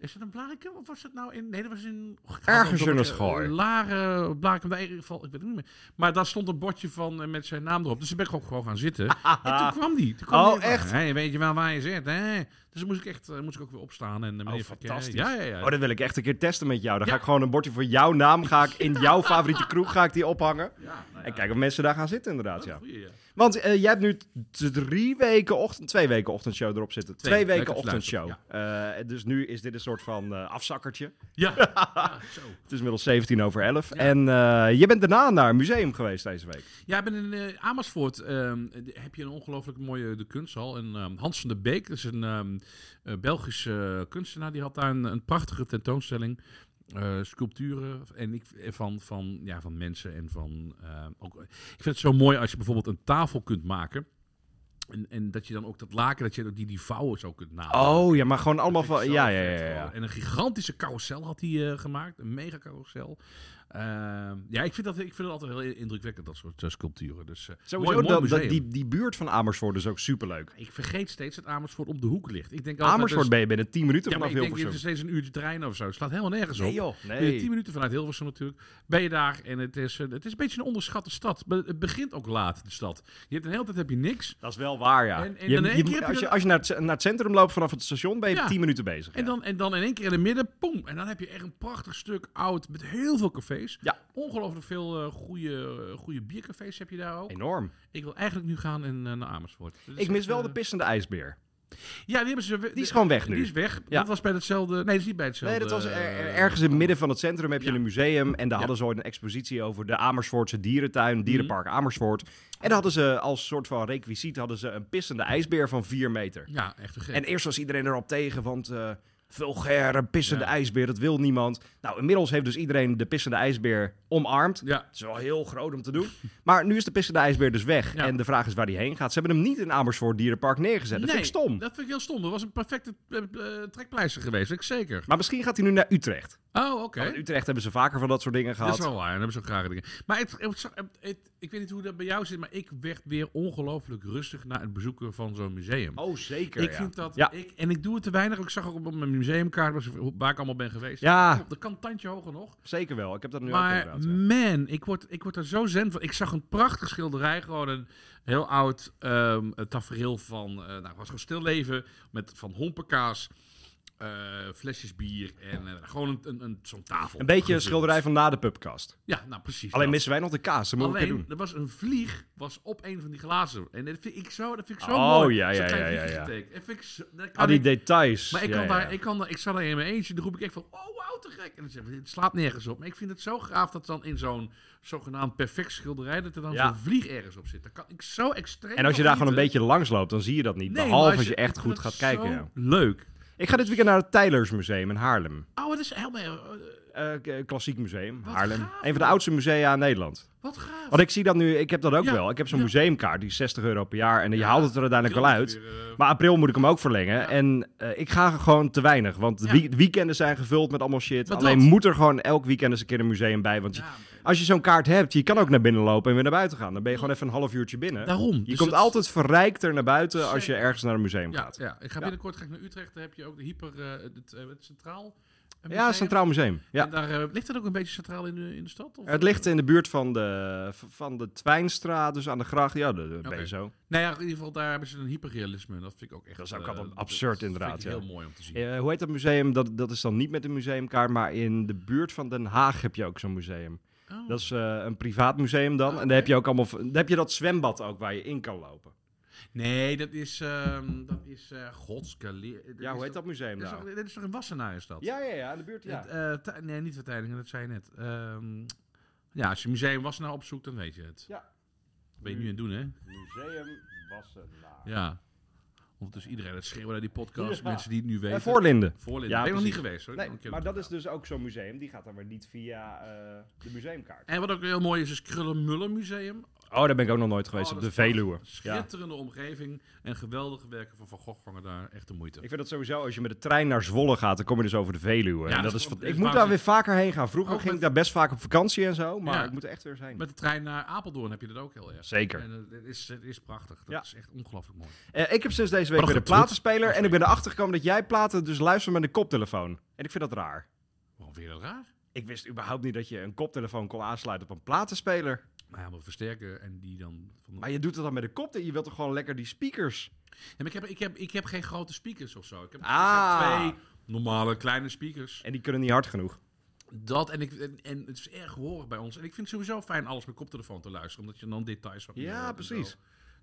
[SPEAKER 4] Is dat een Blaricum of was dat nou in... Nee, dat was in... Och, ik ga
[SPEAKER 3] Ergens
[SPEAKER 4] wel
[SPEAKER 3] in
[SPEAKER 4] door-
[SPEAKER 3] een schooi.
[SPEAKER 4] eh, Laren, Blaricum, daar in ieder geval, ik weet het niet meer. Maar daar stond een bordje van eh, met zijn naam erop. Dus daar ben ik ook gewoon gaan zitten.
[SPEAKER 3] [laughs]
[SPEAKER 4] en toen kwam die. Toen kwam
[SPEAKER 3] Oh,
[SPEAKER 4] die even,
[SPEAKER 3] echt?
[SPEAKER 4] "Hey, weet je wel waar je zit, hè? Dus dan moest ik echt, eh, moest ik ook weer opstaan. En, eh, meneer van Kerk-
[SPEAKER 3] Oh, fantastisch.
[SPEAKER 4] Ja, ja, ja.
[SPEAKER 3] Oh, dat wil ik echt een keer testen met jou. Dan ga
[SPEAKER 4] Ja.
[SPEAKER 3] ik gewoon een bordje voor jouw naam ga ik
[SPEAKER 4] [laughs]
[SPEAKER 3] in jouw favoriete kroeg ga ik die ophangen.
[SPEAKER 4] Ja, nou ja,
[SPEAKER 3] En kijken of mensen daar gaan zitten inderdaad,
[SPEAKER 4] dat is
[SPEAKER 3] ja.
[SPEAKER 4] een goeie, ja.
[SPEAKER 3] Want eh, jij hebt nu t- drie weken ochtend, twee weken ochtendshow erop zitten. Twee,
[SPEAKER 4] Twee, leuk
[SPEAKER 3] weken
[SPEAKER 4] dat je
[SPEAKER 3] ochtendshow.
[SPEAKER 4] luistert,
[SPEAKER 3] Eh, dus nu is dit een soort van eh, afzakkertje.
[SPEAKER 4] Ja, ja, zo.
[SPEAKER 3] Het is inmiddels 17 over 11. En eh, je bent daarna naar een museum geweest deze week.
[SPEAKER 4] Ja, ik ben in eh, Amersfoort. ehm, de- heb je een ongelooflijk mooie de kunsthal. En ehm, Hans van der Beek, dat is een ehm, eh, Belgische kunstenaar, die had daar een, een prachtige tentoonstelling. eh, sculpturen en ik, eh, van, van, ja, van mensen en van. ehm, ook, ik vind het zo mooi als je bijvoorbeeld een tafel kunt maken. En, en dat je dan ook dat laken, dat je ook die, die vouwen zo kunt nadoen.
[SPEAKER 3] Oh ja, maar gewoon allemaal van...
[SPEAKER 4] Zo
[SPEAKER 3] Ja, ja, ja,
[SPEAKER 4] vet,
[SPEAKER 3] ja,
[SPEAKER 4] gewoon.
[SPEAKER 3] ja.
[SPEAKER 4] En een gigantische carousel had hij eh, gemaakt. Een mega carousel. Ehm, ja, ik vind, dat, ik vind dat altijd heel indrukwekkend, dat soort eh, sculpturen. Dus, eh,
[SPEAKER 3] Sowieso,
[SPEAKER 4] mooi, mooi
[SPEAKER 3] dat- dat,
[SPEAKER 4] museum.
[SPEAKER 3] die, die buurt van Amersfoort is ook superleuk.
[SPEAKER 4] Ik vergeet steeds dat Amersfoort op de hoek ligt. Ik denk altijd,
[SPEAKER 3] Amersfoort
[SPEAKER 4] dus,
[SPEAKER 3] ben je binnen 10 minuten
[SPEAKER 4] ja, maar
[SPEAKER 3] vanaf
[SPEAKER 4] ik denk,
[SPEAKER 3] Hilversum.
[SPEAKER 4] dit is steeds een uurtje trein of zo. Het slaat helemaal nergens op.
[SPEAKER 3] Nee joh,
[SPEAKER 4] Binnen
[SPEAKER 3] nee.
[SPEAKER 4] 10 minuten vanuit Hilversum natuurlijk. Ben je daar en het is, eh, het is een beetje een onderschatte stad. Maar Het begint ook laat, de stad. Je hebt een hele tijd heb je niks.
[SPEAKER 3] Dat is wel waar, ja.
[SPEAKER 4] En- en
[SPEAKER 3] Je-
[SPEAKER 4] dan in één
[SPEAKER 3] je-
[SPEAKER 4] keer heb je
[SPEAKER 3] als, je,
[SPEAKER 4] dat-
[SPEAKER 3] als je naar het, naar het centrum loopt vanaf het station, ben je
[SPEAKER 4] Ja.
[SPEAKER 3] 10 minuten bezig.
[SPEAKER 4] En
[SPEAKER 3] ja.
[SPEAKER 4] dan, en dan in één keer in het midden, poem. En dan heb je echt een prachtig stuk oud met heel veel cafés.
[SPEAKER 3] Ja.
[SPEAKER 4] Ongelooflijk veel eh goede, goede biercafés heb je daar ook.
[SPEAKER 3] Enorm.
[SPEAKER 4] Ik wil eigenlijk nu gaan en, eh, naar Amersfoort. Dat is
[SPEAKER 3] Ik mis
[SPEAKER 4] echt,
[SPEAKER 3] wel
[SPEAKER 4] eh,
[SPEAKER 3] de pissende ijsbeer.
[SPEAKER 4] Ja, die hebben ze...
[SPEAKER 3] Die is gewoon weg nu.
[SPEAKER 4] Die is weg.
[SPEAKER 3] Ja.
[SPEAKER 4] Dat was bij hetzelfde... Nee, dat is niet bij hetzelfde...
[SPEAKER 3] Nee, dat was er- er-
[SPEAKER 4] eh,
[SPEAKER 3] ergens in het midden van het centrum heb je
[SPEAKER 4] Ja.
[SPEAKER 3] een museum. En daar
[SPEAKER 4] Ja.
[SPEAKER 3] hadden ze ooit een expositie over de Amersfoortse dierentuin, dierenpark Amersfoort. En daar hadden ze als soort van requisiet hadden ze een pissende ijsbeer van 4 meter.
[SPEAKER 4] Ja, echt een gek.
[SPEAKER 3] En eerst was iedereen erop tegen, want eh vulgaire pissende
[SPEAKER 4] Ja.
[SPEAKER 3] ijsbeer, dat wil niemand. Nou, inmiddels heeft dus iedereen de pissende ijsbeer omarmd.
[SPEAKER 4] Ja.
[SPEAKER 3] Het is wel heel groot om te doen. [laughs] Maar nu is de pissende ijsbeer dus weg.
[SPEAKER 4] Ja.
[SPEAKER 3] En de vraag is waar die heen gaat. Ze hebben hem niet in Amersfoort Dierenpark neergezet. Dat
[SPEAKER 4] nee,
[SPEAKER 3] vind ik stom.
[SPEAKER 4] dat vind ik heel stom. Dat was een perfecte eh, eh, trekpleister geweest, weet ik zeker.
[SPEAKER 3] Maar misschien gaat hij nu naar Utrecht.
[SPEAKER 4] Oh, oké.
[SPEAKER 3] Want in Utrecht hebben ze vaker van dat soort dingen gehad.
[SPEAKER 4] Dat is wel waar, dat hebben ze ook graag dingen. Maar het, het- het- het- ik weet niet hoe dat bij jou zit, maar ik werd weer ongelooflijk rustig na het bezoeken van zo'n museum.
[SPEAKER 3] Oh, zeker.
[SPEAKER 4] Ik
[SPEAKER 3] ja.
[SPEAKER 4] vind dat.
[SPEAKER 3] Ja.
[SPEAKER 4] Ik, en ik doe het te weinig. Ik zag ook op mijn museumkaart hoe- waar ik allemaal ben geweest.
[SPEAKER 3] Ja.
[SPEAKER 4] Dat kan een tandje hoger nog.
[SPEAKER 3] Zeker wel. Ik heb dat nu ook
[SPEAKER 4] Maar
[SPEAKER 3] inderdaad. ja.
[SPEAKER 4] man, ik word, ik word er zo zen van. Ik zag een prachtig schilderij, gewoon een heel oud ehm, een tafereel van, eh, nou, het was gewoon stilleven met van hompenkaas, eh, flesjes bier en eh, gewoon een, een, een- zo'n tafel.
[SPEAKER 3] Een beetje een
[SPEAKER 4] Gevuld.
[SPEAKER 3] schilderij van na de pubcast.
[SPEAKER 4] Ja, nou precies.
[SPEAKER 3] Alleen
[SPEAKER 4] dat.
[SPEAKER 3] missen wij nog de kaas. Dat moeten we een keer
[SPEAKER 4] Alleen,
[SPEAKER 3] doen.
[SPEAKER 4] er was een vlieg was op een van die glazen. En dat vind ik zo, dat vind ik zo
[SPEAKER 3] Oh,
[SPEAKER 4] mooi.
[SPEAKER 3] ja,
[SPEAKER 4] Zo'n
[SPEAKER 3] ja,
[SPEAKER 4] klein
[SPEAKER 3] ja, ja,
[SPEAKER 4] vliegje
[SPEAKER 3] ja.
[SPEAKER 4] getekend. Dat vind ik zo- dat kan
[SPEAKER 3] Al die
[SPEAKER 4] ik-
[SPEAKER 3] details.
[SPEAKER 4] maar ik,
[SPEAKER 3] Ja,
[SPEAKER 4] kan
[SPEAKER 3] ja, ja.
[SPEAKER 4] Daar, ik, kan daar, ik zat daar in mijn eentje. Dan roep ik echt van, oh wauw, te gek. En dan zeg ik, het slaat nergens op. Maar ik vind het zo gaaf dat dan in zo'n zogenaamd perfect schilderij... dat er dan
[SPEAKER 3] Ja.
[SPEAKER 4] zo'n vlieg ergens op zit. Dat kan ik zo extreem
[SPEAKER 3] En als je daar
[SPEAKER 4] van
[SPEAKER 3] gewoon een
[SPEAKER 4] genieten.
[SPEAKER 3] beetje langs loopt, dan zie je dat niet.
[SPEAKER 4] Nee, maar
[SPEAKER 3] behalve als je, echt
[SPEAKER 4] ik
[SPEAKER 3] goed
[SPEAKER 4] vind
[SPEAKER 3] gaat
[SPEAKER 4] het
[SPEAKER 3] kijken.
[SPEAKER 4] zo
[SPEAKER 3] ja.
[SPEAKER 4] Leuk.
[SPEAKER 3] Ik ga dit weekend naar het Tylers Museum in Haarlem.
[SPEAKER 4] Oh, het is helemaal... eh,
[SPEAKER 3] Eh, k- klassiek museum,
[SPEAKER 4] Wat
[SPEAKER 3] Haarlem.
[SPEAKER 4] gaaf,
[SPEAKER 3] een van de oudste musea in Nederland.
[SPEAKER 4] Wat gaaf.
[SPEAKER 3] Want ik zie dat nu, ik heb dat ook
[SPEAKER 4] Ja,
[SPEAKER 3] wel. Ik heb zo'n
[SPEAKER 4] ja.
[SPEAKER 3] museumkaart, die is 60 euro per jaar. En je
[SPEAKER 4] Ja,
[SPEAKER 3] haalt het er uiteindelijk wel uit.
[SPEAKER 4] eh,
[SPEAKER 3] Maar april moet ik hem ook verlengen. En eh, ik ga gewoon te weinig. Want de
[SPEAKER 4] Ja.
[SPEAKER 3] wie- de weekenden zijn gevuld met allemaal shit.
[SPEAKER 4] Maar
[SPEAKER 3] Alleen
[SPEAKER 4] dat-
[SPEAKER 3] moet er gewoon elk weekend eens een keer een museum bij. Want je- als je zo'n kaart hebt, je kan ook naar binnen lopen en weer naar buiten gaan. Dan ben je gewoon even een half uurtje binnen.
[SPEAKER 4] Daarom.
[SPEAKER 3] Je
[SPEAKER 4] Dus
[SPEAKER 3] komt
[SPEAKER 4] dat-
[SPEAKER 3] altijd verrijkter naar buiten als je
[SPEAKER 4] Zeker.
[SPEAKER 3] ergens naar een museum
[SPEAKER 4] Ja,
[SPEAKER 3] gaat. Ja,
[SPEAKER 4] ja, ik ga binnenkort ga ik naar Utrecht. Daar heb je ook de hyper... eh, het, eh, het centraal... eh, museum.
[SPEAKER 3] Centraal Museum. Ja.
[SPEAKER 4] En daar, eh, ligt dat ook een beetje centraal in de, in de stad? Of? eh?
[SPEAKER 3] Het ligt in de buurt van de, van de Twijnstraat, dus aan de gracht. Ja, dat dat ben je
[SPEAKER 4] Oké.
[SPEAKER 3] zo.
[SPEAKER 4] Nou ja, in ieder geval daar hebben ze een hyperrealisme. En dat vind ik ook echt...
[SPEAKER 3] Dat is ook
[SPEAKER 4] eh,
[SPEAKER 3] altijd absurd
[SPEAKER 4] dat
[SPEAKER 3] inderdaad,
[SPEAKER 4] vind ik
[SPEAKER 3] ja.
[SPEAKER 4] heel mooi om te zien.
[SPEAKER 3] Eh, hoe heet dat museum? Dat, dat is dan niet met een museumkaart, maar in de buurt van Den Haag heb je ook zo'n museum.
[SPEAKER 4] Oh.
[SPEAKER 3] Dat is eh, een privaat museum dan.
[SPEAKER 4] Ah,
[SPEAKER 3] En daar heb
[SPEAKER 4] oké.
[SPEAKER 3] je ook allemaal. v- Daar heb je dat zwembad ook waar je in kan lopen.
[SPEAKER 4] Nee, dat is... ehm dat is eh godskaleer...
[SPEAKER 3] Ja, hoe heet dat museum
[SPEAKER 4] Dit is,
[SPEAKER 3] nou?
[SPEAKER 4] toch, dit is toch een Wassenaar is dat?
[SPEAKER 3] Ja, ja, ja, in de buurt. Ja.
[SPEAKER 4] Het, eh, Tij- nee, niet Vertijdingen, dat zei je net. Ehm, ja, als je museum Wassenaar opzoekt, dan weet je het.
[SPEAKER 3] Ja.
[SPEAKER 4] Dat ben je nu aan het doen, hè?
[SPEAKER 3] Museum Wassenaar.
[SPEAKER 4] Ja. Ondertussen iedereen het schreeuwen naar die podcast.
[SPEAKER 3] Ja.
[SPEAKER 4] Mensen die het nu weten.
[SPEAKER 3] En Eh, Voorlinden.
[SPEAKER 4] Voorlinden.
[SPEAKER 3] Ja,
[SPEAKER 4] ben ik nog niet
[SPEAKER 3] precies.
[SPEAKER 4] geweest, hoor.
[SPEAKER 3] Nee,
[SPEAKER 4] Ik heb
[SPEAKER 3] maar
[SPEAKER 4] het
[SPEAKER 3] dat
[SPEAKER 4] niet
[SPEAKER 3] is dus ook zo'n museum. Die gaat dan weer niet via eh, de museumkaart.
[SPEAKER 4] gedaan. En wat ook heel mooi is, is Krullenmullen Museum.
[SPEAKER 3] Oh, daar ben ik ook nog nooit geweest
[SPEAKER 4] Oh,
[SPEAKER 3] op de
[SPEAKER 4] dat is prachtig.
[SPEAKER 3] Veluwe. Ja.
[SPEAKER 4] Schitterende omgeving en geweldige werken van Van Gogh vangen daar echt de moeite.
[SPEAKER 3] Ik vind dat sowieso, als je met de trein naar Zwolle gaat, dan kom je dus over de Veluwe.
[SPEAKER 4] Ja,
[SPEAKER 3] en
[SPEAKER 4] dat
[SPEAKER 3] dat
[SPEAKER 4] is-
[SPEAKER 3] is, Oh,
[SPEAKER 4] dat
[SPEAKER 3] van,
[SPEAKER 4] is
[SPEAKER 3] ik moet daar
[SPEAKER 4] waanzin.
[SPEAKER 3] weer vaker heen gaan. Vroeger
[SPEAKER 4] Ook
[SPEAKER 3] ging
[SPEAKER 4] met-
[SPEAKER 3] ik daar best vaak op vakantie en zo, maar
[SPEAKER 4] Ja.
[SPEAKER 3] ik moet er echt weer zijn.
[SPEAKER 4] Met de trein naar Apeldoorn heb je dat ook heel erg.
[SPEAKER 3] Zeker.
[SPEAKER 4] En eh, het, is, het is prachtig. Dat
[SPEAKER 3] Ja.
[SPEAKER 4] is echt ongelooflijk mooi.
[SPEAKER 3] Eh, ik heb sinds deze week
[SPEAKER 4] Maar
[SPEAKER 3] weer een
[SPEAKER 4] goed, goed.
[SPEAKER 3] platenspeler en ik ben erachter gekomen dat jij platen dus luistert met een koptelefoon. En ik vind dat raar.
[SPEAKER 4] Waarom vind je dat raar?
[SPEAKER 3] Ik wist überhaupt niet dat je een koptelefoon kon aansluiten op een platenspeler.
[SPEAKER 4] Maar ja, maar versterken en die dan... Van
[SPEAKER 3] Maar je doet het dan met een koptelefoon. Je wilt toch gewoon lekker die speakers?
[SPEAKER 4] Ja, maar ik, heb, ik, heb, ik heb geen grote speakers of zo. Ik heb, ik heb
[SPEAKER 3] Ah.
[SPEAKER 4] twee normale kleine speakers.
[SPEAKER 3] En die kunnen niet hard genoeg.
[SPEAKER 4] Dat en, ik, en, en het is erg horen bij ons. En ik vind het sowieso fijn alles met koptelefoon te luisteren. Omdat je dan details wat meer
[SPEAKER 3] Ja,
[SPEAKER 4] hoort en
[SPEAKER 3] precies.
[SPEAKER 4] zo.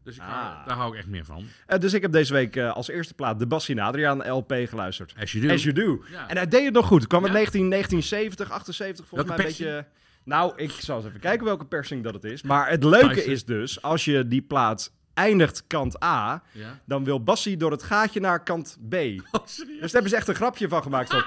[SPEAKER 4] Dus ik
[SPEAKER 3] Ah.
[SPEAKER 4] hou, daar hou ik echt meer van.
[SPEAKER 3] Eh, dus ik heb deze week eh, als eerste plaat de Bassin Adriaan LP geluisterd.
[SPEAKER 4] As you do.
[SPEAKER 3] As you do.
[SPEAKER 4] Ja.
[SPEAKER 3] En hij deed het nog goed. Het kwam uit
[SPEAKER 4] Ja?
[SPEAKER 3] 19, 1970, 78 volgens
[SPEAKER 4] Welke
[SPEAKER 3] mij een beetje... Nou, ik zal eens even kijken welke persing dat het is. Maar het leuke
[SPEAKER 4] Nice.
[SPEAKER 3] is dus, als je die plaat eindigt kant A,
[SPEAKER 4] Ja.
[SPEAKER 3] dan wil Bassie door het gaatje naar kant B.
[SPEAKER 4] Oh,
[SPEAKER 3] Dus
[SPEAKER 4] serieus?
[SPEAKER 3] daar hebben ze echt een grapje van gemaakt. Van,